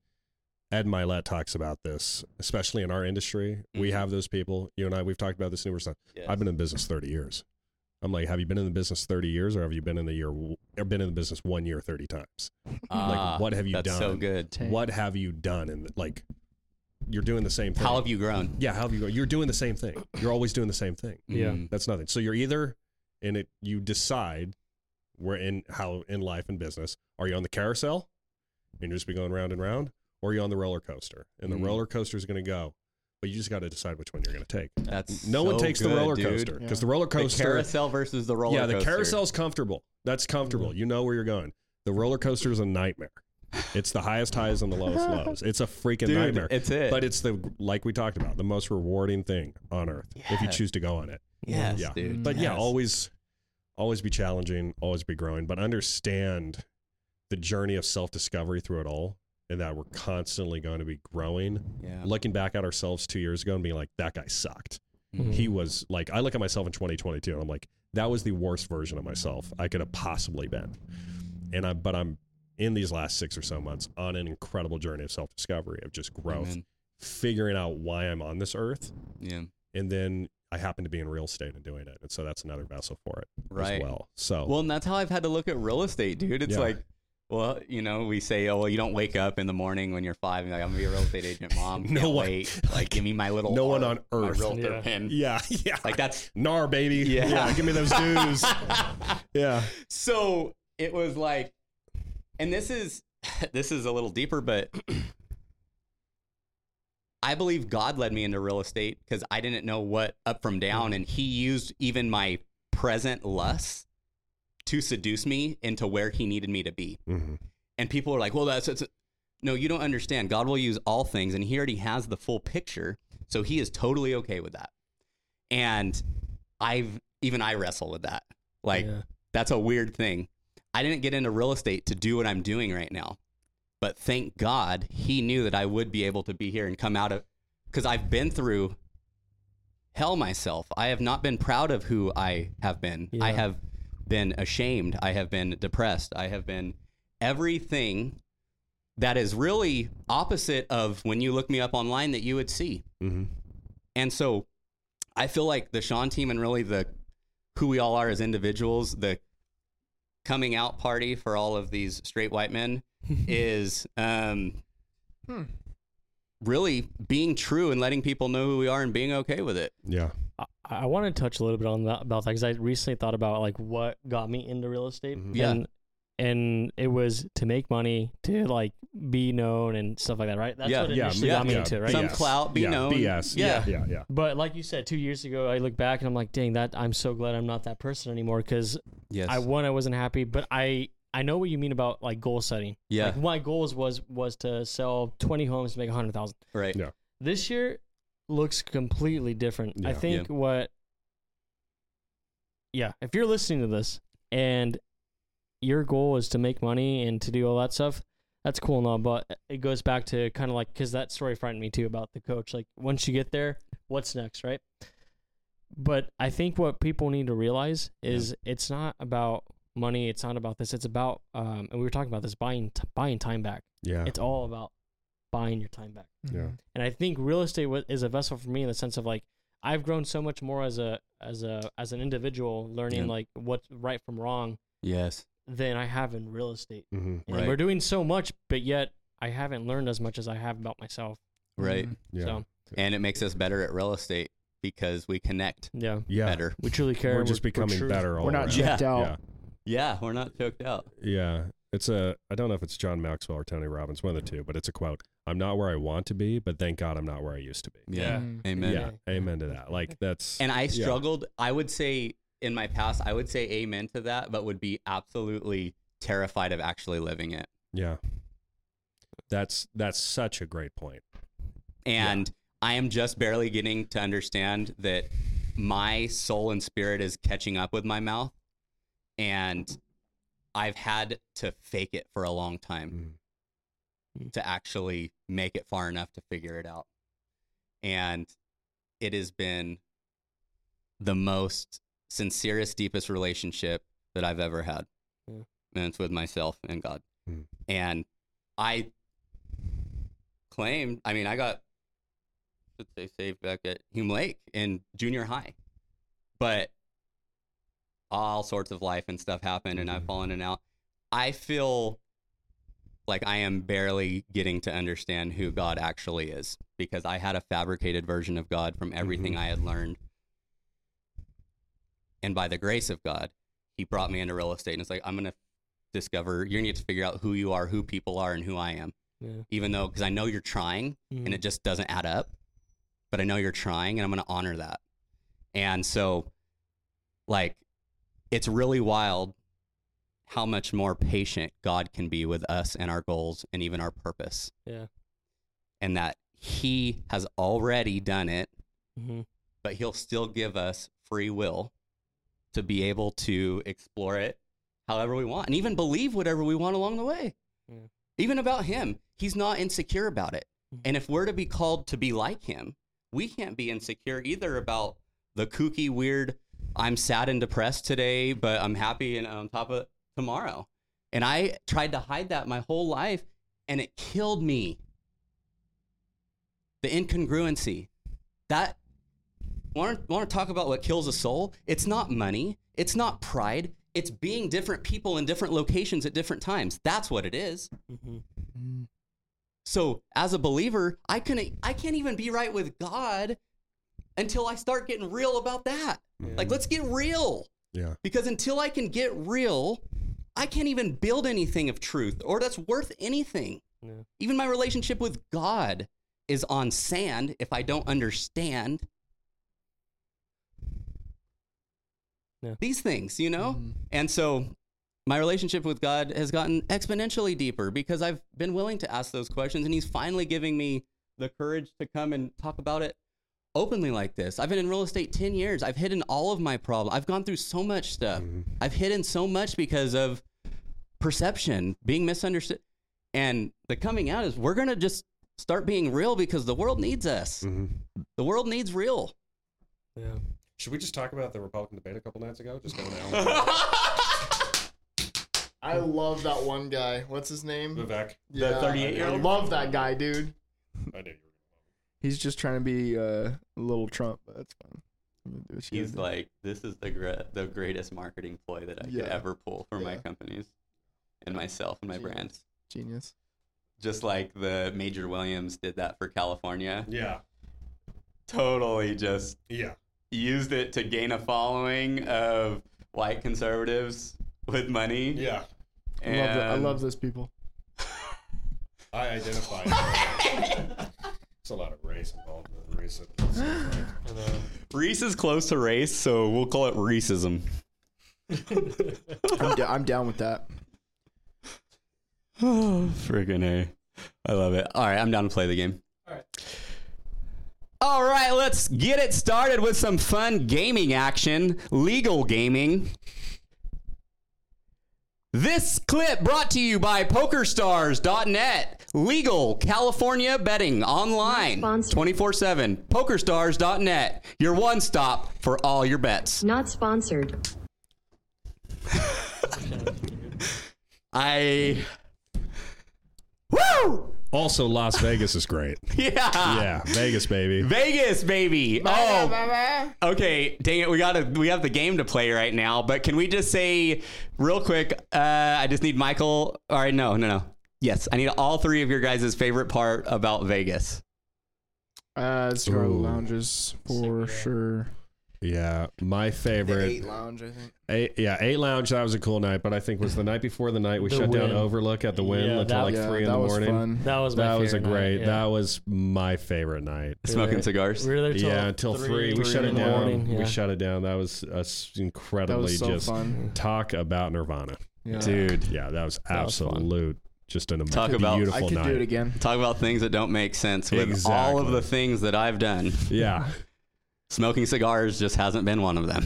Ed Milet talks about this, especially in our industry. We
Mhm.
have those people. You and I, we've talked about this numerous times. I've been in business 30 years. I'm like, have you been in the business 30 years, or have you been in the year, or been in the business one year 30 times?
Ah,
what have you
that's So
done?
good.
Dang.
What have you done? And like, you're doing the same thing.
How have you grown?
Yeah, how have you? You're doing the same thing. You're always doing the same thing.
Yeah.
Mm,
That's nothing. So you're either in it. You decide where in how in life and business are you on the carousel, and you just be going round and round, or are you on the roller coaster, and the
Mhm.
roller coaster is going to go. But you just got to decide which one you're going to take.
that's
No one
so
takes the
good,
roller
dude.
coaster because
Yeah.
the roller
The
coaster.
carousel versus the roller
yeah, the
coaster. Mm-hmm.
carousel's comfortable. That's comfortable. You know where you're going. The roller coaster is a nightmare. It's the highest highs and the lowest lows. It's a freaking
Dude,
nightmare.
it's it.
But it's the like we talked about, the most rewarding thing on earth if you
Yeah.
choose to go on it.
Yes,
Yeah.
dude.
But yeah,
Yes.
always always be challenging, always be growing, but understand the journey of self-discovery through it all and that we're constantly going to be growing.
Yeah.
Looking back at ourselves 2 years ago and being like that guy sucked.
Mm-hmm. Mm.
He was like I look at myself in 2022 and I'm like that was the worst version of myself I could have possibly been. And I but I'm in these last 6 or so months on an incredible journey of self-discovery of just growth,
Amen.
figuring out why I'm on this earth
Yeah.
and then I happen to be in real estate and doing it, and so that's another vessel for it
Right.
as well. So
Well, and that's how I've had to look at real estate, dude. It's
Yeah.
like, well, you know, we say, oh, well, you don't wake up in the morning when you're five and you're like, I'm gonna be a real estate agent, mom.
[laughs] No
Can't
one-
wait. Like, give me my little.
no one
art,
on
my
earth.
realtor
Yeah.
pin.
yeah, [laughs] yeah,
Like that's [laughs]
Nar baby,
Yeah.
give me those
[laughs]
dues. yeah,
so. It was like, and this is, [laughs] this is a little deeper, but I believe God led me into real estate because I didn't know what up from down, and He used even my present lusts to seduce me into where He needed me to be.
Mhm.
and people are like, "Well, that's, that's no, you don't understand. God will use all things, and He already has the full picture, so He is totally okay with that." And I've even I wrestle with that. Like
Yeah.
that's a weird thing. I didn't get into real estate to do what I'm doing right now, but thank God He knew that I would be able to be here and come out of because I've been through hell myself. I have not been proud of who I have been. I
Yeah.
have been ashamed. I have been depressed. I have been everything that is really opposite of when you look me up online that you would see.
Mhm.
And so I feel like the Sean team and really the who we all are as individuals, the coming out party for all of these straight white [laughs] men is um, really being true and letting people know who we are and being okay with it.
yeah,
I, I want to touch a little bit on that about that because I recently thought about like what got me into real estate.
Mhm.
Yeah.
And, and it was to make money, to like be known and stuff like that, right? That's
Yeah.
what it
yeah,
initially
yeah,
got me
yeah,
into, right?
Some
BS.
clout, be
yeah,
known.
BS,
Yeah.
yeah, yeah, yeah.
But like you said, two years ago, I look back and I'm like, dang, that I'm so glad I'm not that person anymore because
Yes.
I one I wasn't happy, but I I know what you mean about like goal setting.
Yeah.
Like my goals was was to sell 20 homes to make 100,000.
right.
Yeah.
This year looks completely different. I
Yeah.
think what Yeah, if you're listening to this and your goal is to make money and to do all that stuff, that's cool and all, but it goes back to kind of like cuz that story frightened me too about the coach. Like once you get there, what's next, right? But I think what people need to realize is it's not about money. It's not about this. It's about um, and we were talking about this buying t- buying time back.
yeah.
It's all about buying your time back.
Mm-hmm.
Yeah.
And I think real estate wa- is a vessel for me in the sense of like I've grown so much more as a as a as an individual, learning
Yeah.
like what's right from wrong
Yes.
than I have in real estate.
Mhm.
And
Right.
we're doing so much, but yet I haven't learned as much as I have about myself.
Right.
Mm-hmm.
yeah.
So
And it makes us better at real estate because we connect
yeah,
yeah.
better.
we truly care.
We're just becoming
true.
better all
We're not
around.
checked out.
Yeah.
Yeah, we're not choked out.
Yeah. It's a, I don't know if it's John Maxwell or Tony Robbins, one of the two, but it's a quote. I'm not where I want to be, but thank God I'm not where I used to be.
Yeah.
Mm.
Amen.
Yeah. Amen to that. Like that's,
And I
Yeah.
struggled. I would say in my past, I would say amen to that, but would be absolutely terrified of actually living it.
yeah. That's, that's such a great point.
And I am just barely getting to understand that my soul and spirit is catching up with my mouth. And I've had to fake it for a long time to actually make it far enough to figure it out. And it has been the most sincerest, deepest relationship that I've ever had.
Yeah.
And it's with myself and God.
Hmm.
And I claimed, I mean, I got, should say, saved back at Hume Lake in junior high. But all sorts of life and stuff happened, and I've
Mhm.
fallen in and out. I feel like I am barely getting to understand who God actually is because I had a fabricated version of God from everything
Mhm.
I had learned. And by the grace of God, He brought me into real estate. And it's like, I'm going to discover, you're going to get to figure out who you are, who people are, and who I am.
Yeah.
Even though, because I know you're trying and it just doesn't add up, but I know you're trying and I'm going to honor that. And so, like, it's really wild how much more patient God can be with us and our goals and even our purpose,
Mm-hmm. Yeah.
and that He has already done it,
Mm-hmm.
but He'll still give us free will to be able to explore it however we want and even believe whatever we want along the way.
Yeah.
Even about Him, He's not insecure about it. And if we're to be called to be like Him, we can't be insecure either about the kooky, weird, I'm sad and depressed today, but I'm happy and on top of tomorrow. And I tried to hide that my whole life and it killed me. The incongruency. That want to talk about what kills a soul? It's not money, it's not pride, it's being different people in different locations at different times. That's what it is.
Mm-hmm.
So as a believer, I couldn't I can't even be right with God until I start getting real about that. Like let's get real.
Yeah.
Because until I can get real, I can't even build anything of truth or that's worth anything.
Yeah.
Even my relationship with God is on sand if I don't understand
Yeah.
these things, you know? And so my relationship with God has gotten exponentially deeper because I've been willing to ask those questions and he's finally giving me the courage to come and talk about it openly like this. I've been in real estate 10 years. I've hidden all of my problems. I've gone through so much stuff. I've hidden so much because of perception, being misunderstood. And the coming out is we're going to just start being real because the world needs us.
Mm.
The world needs real.
Yeah.
Should we just talk about the Republican debate a couple nights ago? Just go now.
[laughs]
I love that one guy. What's his name?
Vivek.
Yeah,
The 38-year-old?
I love that guy, dude.
I knew you
He's just trying to be uh, little Trump, but that's fine. I'm gonna do what she
He's
did.
like, this is the gre- the greatest marketing ploy that I
Yeah.
could ever pull for my
Yeah.
companies and myself and my
Genius.
brands.
genius.
Just like the Major Williams did that for California.
were. Yeah.
Totally just
Yeah.
used it to gain a following of white conservatives with money.
Yeah.
I love, the, I
and-
love those people.
I identify. [laughs] It's a lot of race involved. in Race.
And, uh,
Reese is close to race, so we'll call it racism.
I'm, d- I'm down with
[laughs]
that.
Oh, [sighs] friggin' A. I love it. All right, I'm down to play the game. All right, let's get it started with some fun gaming action, legal gaming. This clip brought to you by PokerStars.net. Legal California betting online
Sponsored.
24 7. PokerStars.net, your one stop for all your bets.
Not sponsored.
I. Woo! [laughs]
Also, Las Vegas is great.
[laughs]
Yeah, Vegas, baby.
Vegas, baby. Oh, okay. Dang it, we gotta we have the game to play right now. But can we just say real quick? Uh, I just need Michael. All right, no, no, no. Yes, I need all three of your guys' favorite part about Vegas.
Uh, Scarlet
Ooh.
Lounges for sure.
Yeah, my favorite.
Lounge, I think.
Eight, yeah, eight lounge. That was a cool night, but I think was the night before the night we
The
shut down
Wynn.
Overlook at the Win
Yeah,
until
that-
like
yeah,
three in
that
the
was
morning.
fun.
that was my
That was a
favorite
great.
night, yeah.
That was my favorite night.
Smoking
Yeah.
cigars.
We were there till
yeah, until three. We
three
shut
in
it
the
down.
morning, yeah.
We shut it down. That was us
That
incredibly
was so
just
fun.
talk about Nirvana.
Yeah.
Dude,
Yeah, that was
That was fun.
absolute just an
Talk about-
I
beautiful
could
night.
do it again.
talk about things that don't make sense with all of
Exactly.
the things that I've done.
[laughs]
Yeah,
Smoking cigars just hasn't been one of them.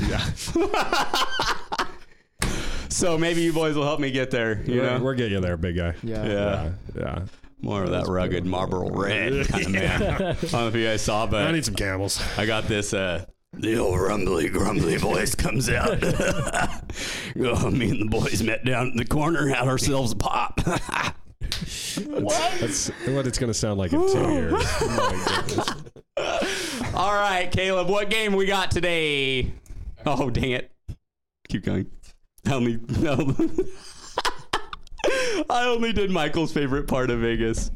[laughs] so maybe you boys will help me get there. You
We're-
know,
we're getting you there, big guy.
Yeah.
yeah.
yeah. yeah.
More of that rugged
[laughs]
Marlboro red kind of man. I don't know if you guys saw,
I
but
need some camels.
I got this. Uh, the old rumbly
[laughs]
grumbly voice comes out. [laughs] oh, me and the boys met down in the corner, had ourselves a pop. [laughs]
That's what it's going to sound like in
[laughs]
two years. Oh my goodness.
All right, Caleb, what game we got today? Oh, dang it. Keep going. Help me. [laughs] No. I only did Michael's favorite part of Vegas.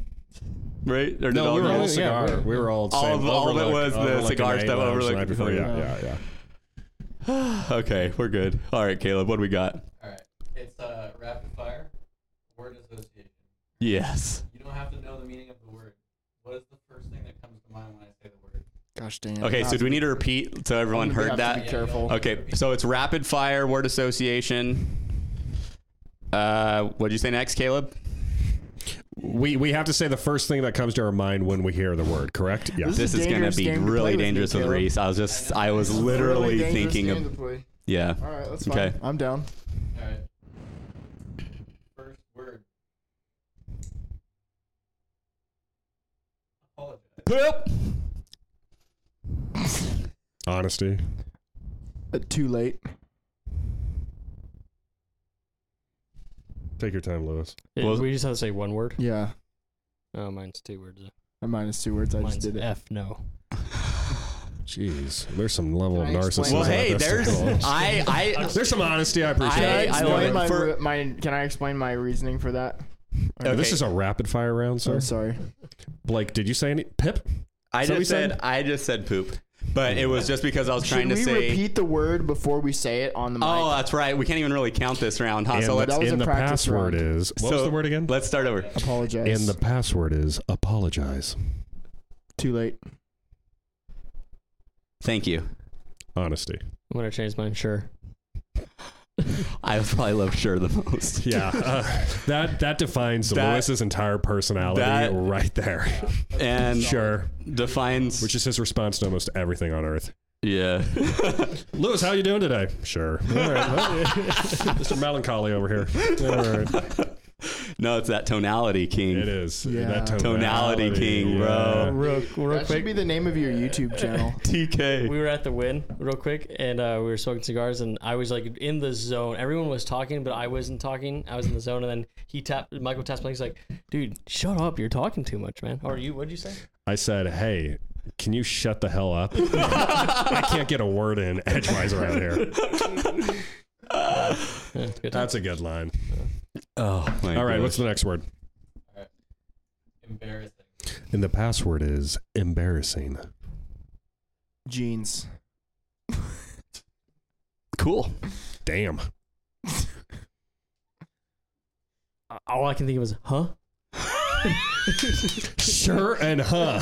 Right? Or did
No,
all
we were
you
all
guys-
cigar. we were all the
All
same.
of- all of it
Overlook-
was the
Overlook and
cigar
eight
stuff,
lounge the
Overlook.
night before. Yeah, yeah, yeah.
Okay, we're good. All right, Caleb, what do we got?
All right. It's uh, rapid fire, word association.
Yes.
You don't have to know the meaning of the word. What is the first thing that comes to mind when I say the word?
Gosh dang it.
Okay, so do we need to repeat so everyone
We
heard
have to
that?
be careful.
Okay, so it's rapid fire word association.
Uh, what'd you say next, Caleb?
We we have to say the first thing that comes to our mind when we hear the word, correct? Yeah.
This
This,
is a
is gonna
dangerous
be
game to play
really
with me,
dangerous with
Caleb.
Reese. I was just, I was literally thinking of, yeah.
All right, that's fine.
Okay.
I'm down.
All right. First word. Apologize.
Poop.
Honesty.
Uh, too late.
Take your time, Lewis.
Well-
we just have to say one word.
Yeah,
Oh, mine's two words.
a minus two words. I
Mine's
just did it.
F. No.
Jeez, there's some level of
Can I
narcissism.
explain-
Well,
Sounds
hey,
at this
[laughs]
there's,
table.
I, I,
there's some honesty. I appreciate.
I-
it.
I
Explain
love it
my,
for-
my, can I explain my reasoning for that?
Uh, This
Okay.
is a rapid fire round,
So
sir.
Oh, sorry.
Blake, did you say any? Pip,
I
So we
just said,
said-
I just said poop, but it was just because I was
Should
trying to
we
say.
repeat the word before we say it on the mic?
Oh, that's right. We can't even really count this round, huh?
and,
So let's.
that was
and
a
the
practice
password
round.
is. What was
so
the word again?
Let's start over.
Apologize.
And the password is apologize.
too late.
Thank you.
Honesty.
I'm gonna change mine. Sure.
I probably love sure the most.
[laughs]
[laughs]
Yeah, uh, that that defines
That-
Lewis's entire personality
that-
right there.
[laughs] And
sure,
defines.
which is his response to almost everything on Earth.
yeah. [laughs]
Lewis, how you doing today? Sure. [laughs] All right. well, [laughs] Mr. Melancholy over here. All right.
no, it's that tonality, King.
It is.
Yeah.
That
Tonality king, bro.
Real, real
That should be
quick.
the name of your YouTube channel.
TK.
We were at the win real quick, and uh, we were smoking cigars, and I was like in the zone. Everyone was talking, but I wasn't talking. I was in the zone, and then he tapped. Michael taps me. He's like, "Dude, shut up! You're talking too much, man." Or you? What'd you say?
I said, hey, can you shut the hell [laughs] up? I can't get a word in edgewise around here.
Yeah, it's good.
That's a good line.
oh my
All right,
gosh.
what's the next word?
Embarrassing.
And the password is embarrassing.
[laughs] Jeans.
cool?
Damn.
All I can think of is, "Huh?"
Sure and huh.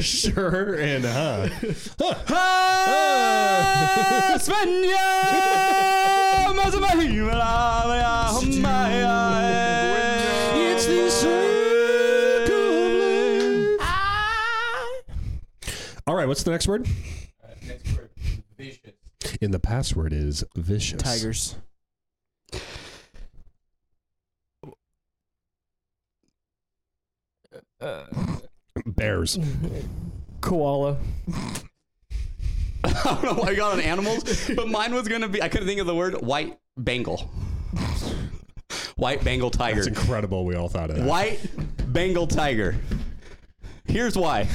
Sure and huh. [laughs] It's the circle All right, what's the next word?
All right, next word. Vicious.
And the password is vicious.
Tigers.
Bears.
Koala.
I don't know why I got on animals, but mine was gonna be. I couldn't think of the word white
[laughs]
Bengal. White Bengal tiger.
It's incredible we all thought of that.
White Bengal tiger. Here's why.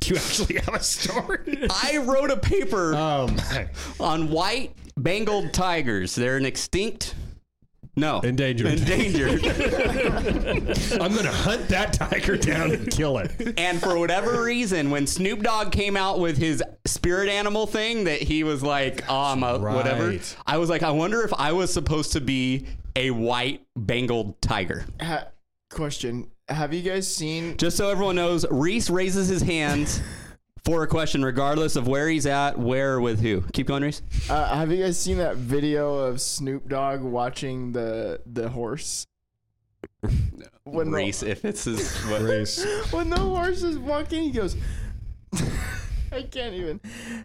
Do you actually have a story?
I wrote a paper
Um,
on white Bengal tigers. They're an extinct. No.
Endangered. [laughs]
Endangered.
I'm going to hunt that tiger down and kill it.
and for whatever reason, when Snoop Dogg came out with his spirit animal thing, that he was like, oh, I'm a whatever.
right.
I was like, I wonder if I was supposed to be a white Bengal tiger.
Ha- question: Have you guys seen?
Just so everyone knows, Reese raises his hands for a question, regardless of where he's at, where, or with who. Keep going, Reese.
Uh, have you guys seen that video of Snoop Dogg watching the the horse?
[laughs]
[laughs] When
Reese, if it's his. What,
Grace.
the, when the horse is walking, he goes. [laughs] I can't even.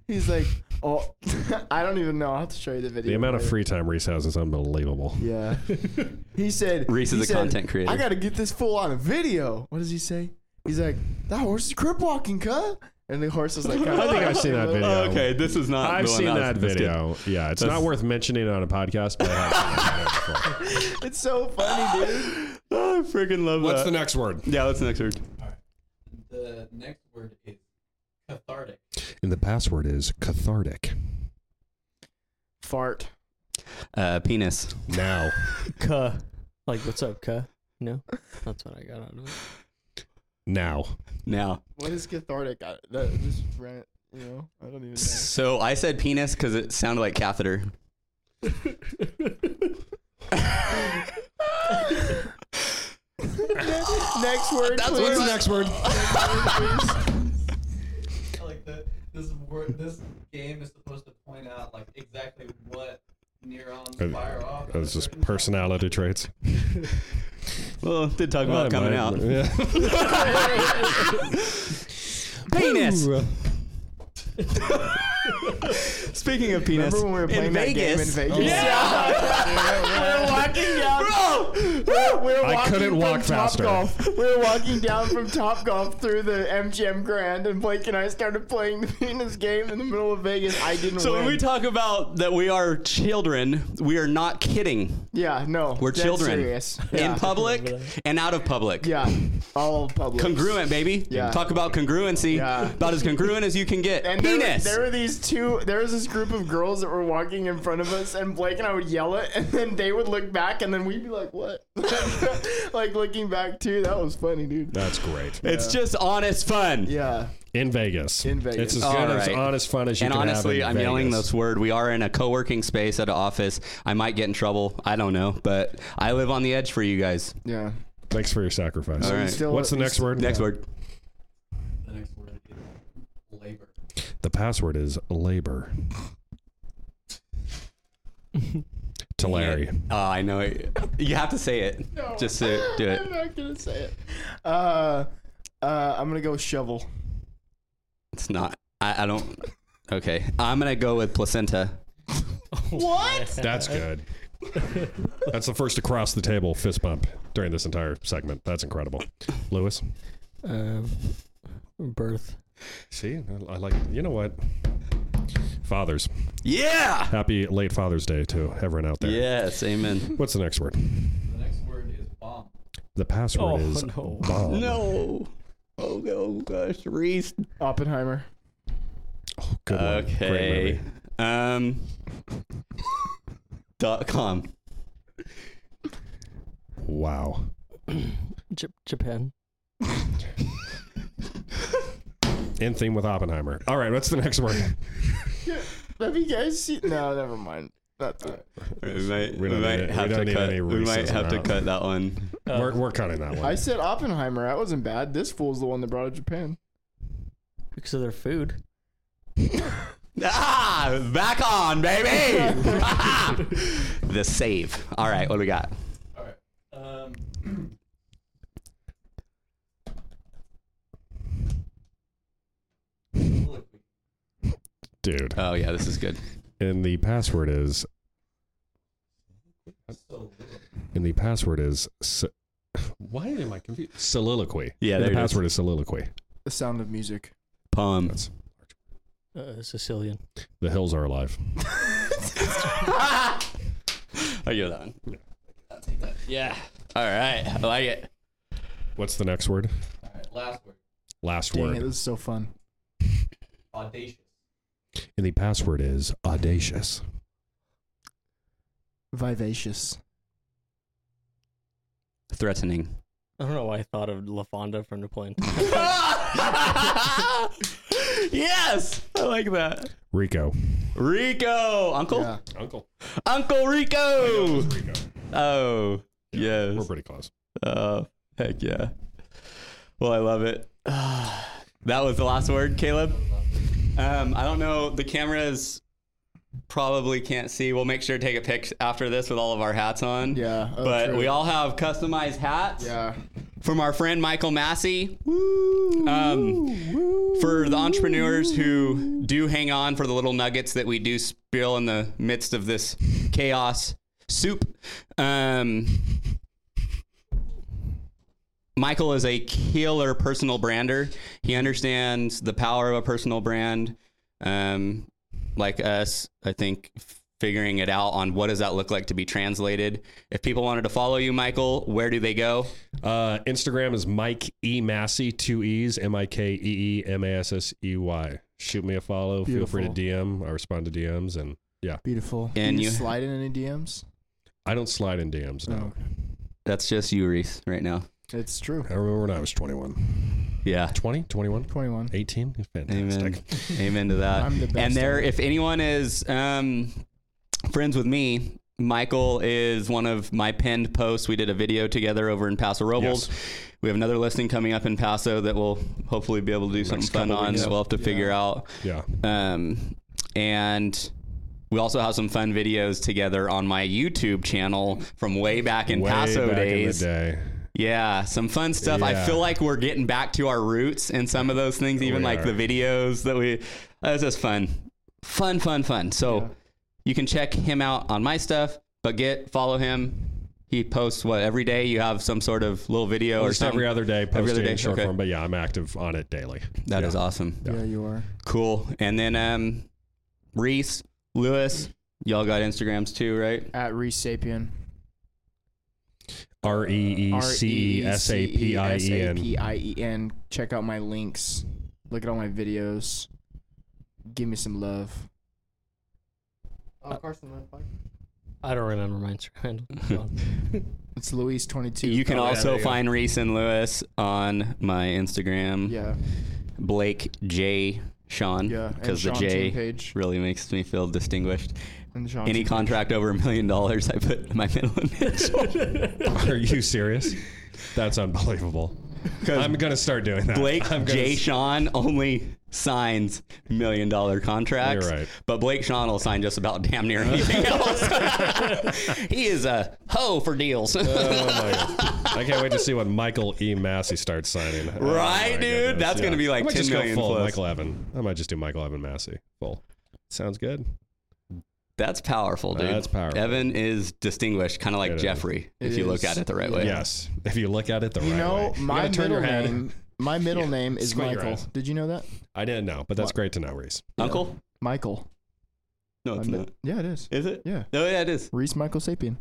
He's like, oh, [laughs] I don't even know. I'll have to show you the video.
The amount of
later.
free time Reese has is unbelievable.
Yeah.
[laughs]
he said
Reese is
he
a content creator.
I gotta get this fool on a video. What does he say? He's like, that horse is crip walking, cuh. And the horse is like,
[laughs]
"Ah."
I think I've
[laughs]
seen that video.
Okay, this is not.
I've
the one
seen
was-
that
that's good.
[laughs] video. Yeah, it's
That's-
not worth mentioning on a podcast, but I have seen that video before.
It's so funny, dude.
Oh, I freaking love
What's
that.
the next word?
yeah, what's the next word?
The next word is cathartic.
And the password is cathartic.
Fart.
Uh, penis.
Now,
Cuh. Like, what's up, cuh? No, that's what I got out of it.
now.
Now,
What is cathartic? I, that just rant, you know? I don't even know.
so I said penis because it sounded like catheter.
[laughs]
next word,
That's
please.
what's the next
[laughs]
word.
I like the this word this game is supposed to point out like exactly what neurons
Uh,
fire off.
That was just personality traits.
Well, did talk about
I
coming
might-
out.
Yeah.
[laughs] penis. [laughs] Speaking of penis,
Remember when we were playing
in
that game
Vegas,
in Vegas?
Yeah.
walking down. Bro, [laughs] we were
I
walking
couldn't
from
walk faster.
Topgolf. We were walking down from Top Golf through the MGM Grand, and Blake and I started playing the penis game in the middle of Vegas. I didn't
So
win.
when we talk about that we are children, we are not kidding.
yeah, no,
We're
dead
children
Serious. Yeah.
in public and out of public.
yeah, all public.
Congruent, baby.
Yeah.
Talk about congruency.
Yeah.
About as congruent as you can get.
And there,
penis.
there were these two. There was this group of girls that were walking in front of us, and Blake and I would yell it, and then they would look back, and then we'd be like, "What?" [laughs] like looking back too. That was funny, dude.
That's great.
it's just honest fun.
Yeah,
In Vegas.
In Vegas.
It's as
All
good as
right.
honest fun as you
and
can
honestly,
have
I'm
in
yelling
Vegas.
this word. We are in a co-working space at an office. I might get in trouble. I don't know, but I live on the edge for you guys.
yeah.
Thanks for your sacrifice.
All right.
Still-
What's the next word?
Next word.
The next word is labor.
The password is labor. to Larry.
Oh, I know it. You have to say it. Just say it. do
[laughs] I'm
it.
not gonna say it. Uh, uh, I'm gonna go shovel.
It's not. I, I don't. Okay, I'm gonna go with placenta.
What?
That's good. That's the first across the table fist bump during this entire segment. That's incredible. Lewis?
Um, birth.
See, I- I like, you know what? Fathers.
Yeah.
Happy late Father's Day to everyone out there.
Yes. Amen.
What's the next word?
The next word is bomb.
The password
Oh,
is
no.
bomb.
No. Oh no, gosh, Reese.
Oppenheimer.
Good one. Great
Okay.
movie.
Um. dot com.
Wow.
J- Japan.
In theme with Oppenheimer. All right, what's the next [laughs] word?
Have you guys seen? No, never mind. Not that.
We might,
We
we
don't
might
need- we
have
don't
to
need
cut.
any
We might
Reese's
have to
now.
cut that one.
we're, we're cutting that one.
I said Oppenheimer. That wasn't bad. This fool's the one that brought up Japan.
Because of their food.
Ah, back on, [laughs] baby. the save. All right, what do we got?
All right. Um, soliloquy.
Dude.
Oh yeah, this is good.
And the password is
Soliloquy.
and the password is so- why am I confused? Soliloquy.
Yeah,
And
there
the
it is.
password is soliloquy.
The Sound of Music.
Poem. [laughs]
That's
Uh, Sicilian.
the hills are alive.
I give that one. Yeah. All right, I like it.
What's the next word?
All right. Last word.
Last
Dang
word.
it, this is so fun.
Audacious.
And the password is audacious.
Vivacious.
Threatening.
I don't know why I thought of La Fonda from the plane.
[laughs] yes, I like that.
Rico.
Rico, Uncle,
Yeah.
Uncle.
Uncle Rico.
Rico.
Oh,
We're
yes.
pretty close.
Oh, heck yeah. Well, I love it. [sighs] that was the last word, Caleb. Um, I don't know. The cameras probably can't see. We'll make sure to take a pic after this with all of our hats on.
Yeah, oh,
but
true.
we all have customized hats
Yeah.
from our friend Michael Massey. Um, for the entrepreneurs who do hang on for the little nuggets that we do spill in the midst of this chaos soup, um, Michael is a killer personal brander. He understands the power of a personal brand. Um, like us, I think figuring it out on what does that look like to be translated. If people wanted to follow you, Michael, where do they go?
Uh, Instagram is Mike E Massey, two E's, M I K E E M A S S E Y. Shoot me a follow. Feel free to DM. I respond to DMs, and yeah,
Beautiful.
And
Can you,
you-
slide in any DMs?
I don't slide in DMs now.
That's just you, Reese, right now.
It's true.
I remember when I was 21.
Yeah.
20, 21,
21.
18. Fantastic.
Amen.
[laughs]
Amen to
Uh,
that.
Uh, I'm the best
and there,
at it.
if anyone is um, friends with me, Michael is one of my pinned posts. We did a video together over in Paso Robles. We have another listing coming up in Paso that we'll hopefully be able to do something fun
couple
on
weeks.
that we'll have to figure out.
Yeah.
Um, and We also have some fun videos together on my YouTube channel from way back in
Way
Paso
back
days.
in the day.
Yeah, some fun stuff. I
Yeah. Oh,
feel like we're getting back to our roots in some of those things, even
We
like
are.
the videos that we. That was just fun. Fun, fun, fun. So you can check him out on my stuff, but get, follow him. He posts what every day you have some sort of little video or
Or
something.
every other day,
Every
posting
other day,
in short
okay.
form. But yeah, I'm active on it daily.
That is
yeah.
awesome.
Yeah, you are.
Cool. And then um, Reese, Lewis, y'all got Instagrams too, right?
At Reese Sapien.
Uh,
R E E C E S A P I E N.
R-E-E-C-E-S-A-P-I-E-N. Check out my links. Look at all my videos. Give me some love.
Uh,
Oh, Carson, that fuck.
I don't remember my [laughs] Instagram handle.
It's Luis twenty two.
You can
Oh, yeah,
also
there you go.
find Reese and Lewis on my Instagram.
yeah
Blake J. Sean.
yeah and
Because the
Sean
J
Team page
really makes me feel distinguished.
and Sean
Any
Team
contract over a million dollars, I put my middle
[laughs]
initial. E
Are you serious? That's unbelievable. I'm gonna start doing that.
Blake
I'm gonna
J.
s-
Sean only signs million dollar contracts.
You're right.
But Blake Sean will sign just about damn near
[laughs]
anything else. [laughs] he is a hoe for deals.
Oh my God. I can't wait to see what Michael E. Massey starts signing. Oh
Right,
my
dude? That's gonna be like
I might
10
just go
million
full
plus.
Michael Evan. I might just do Michael Evan Massey. Full. Sounds good.
[laughs] That's powerful, dude.
That's powerful.
Evan is distinguished, kind of like
It is.
Jeffrey,
It
if you look
is.
at it the right way.
Yes. If you look at it the
You
right way.
know
You
my
gotta turn your
middle
head.
name. My middle
[laughs] Yeah.
name is
Squint your
Michael.
eyes.
Did you know that?
I didn't know, but that's
What?
great to know, Reese.
Uncle?
Michael.
No, it's
My
not.
mid- yeah, it is.
Is it?
Yeah,
No, yeah, it is.
Reese Michael Sapien,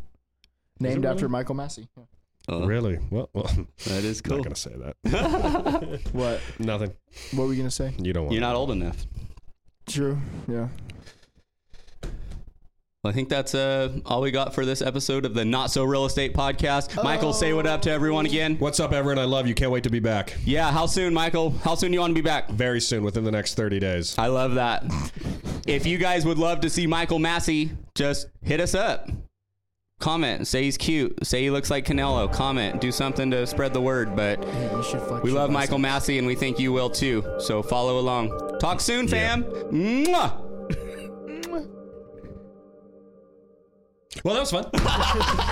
named after
really?
Michael Massey. Yeah. Uh-huh.
Oh,
Really? Well, well [laughs] I'm
That is
not
cool.
gonna say that.
What?
Nothing.
What were [laughs] you gonna say?
You don't want.
You're not old enough.
True. Yeah.
Well, I think that's uh, all we got for this episode of the Not So Real Estate Podcast. Michael, say what up to everyone again.
What's up, everyone? I love you. Can't wait to be back
Yeah, how soon, Michael? How soon you want to be back?
very soon, within the next 30 days.
I love that. if you guys would love to see Michael Massey, just hit us up. Comment, say he's cute, say he looks like Canelo. Comment, do something to spread the word. But
Hey, you should flex
we
your
love
muscles.
Michael Massey and we think you will too. So follow along. Talk soon, fam. Mwah.
Well, that was fun.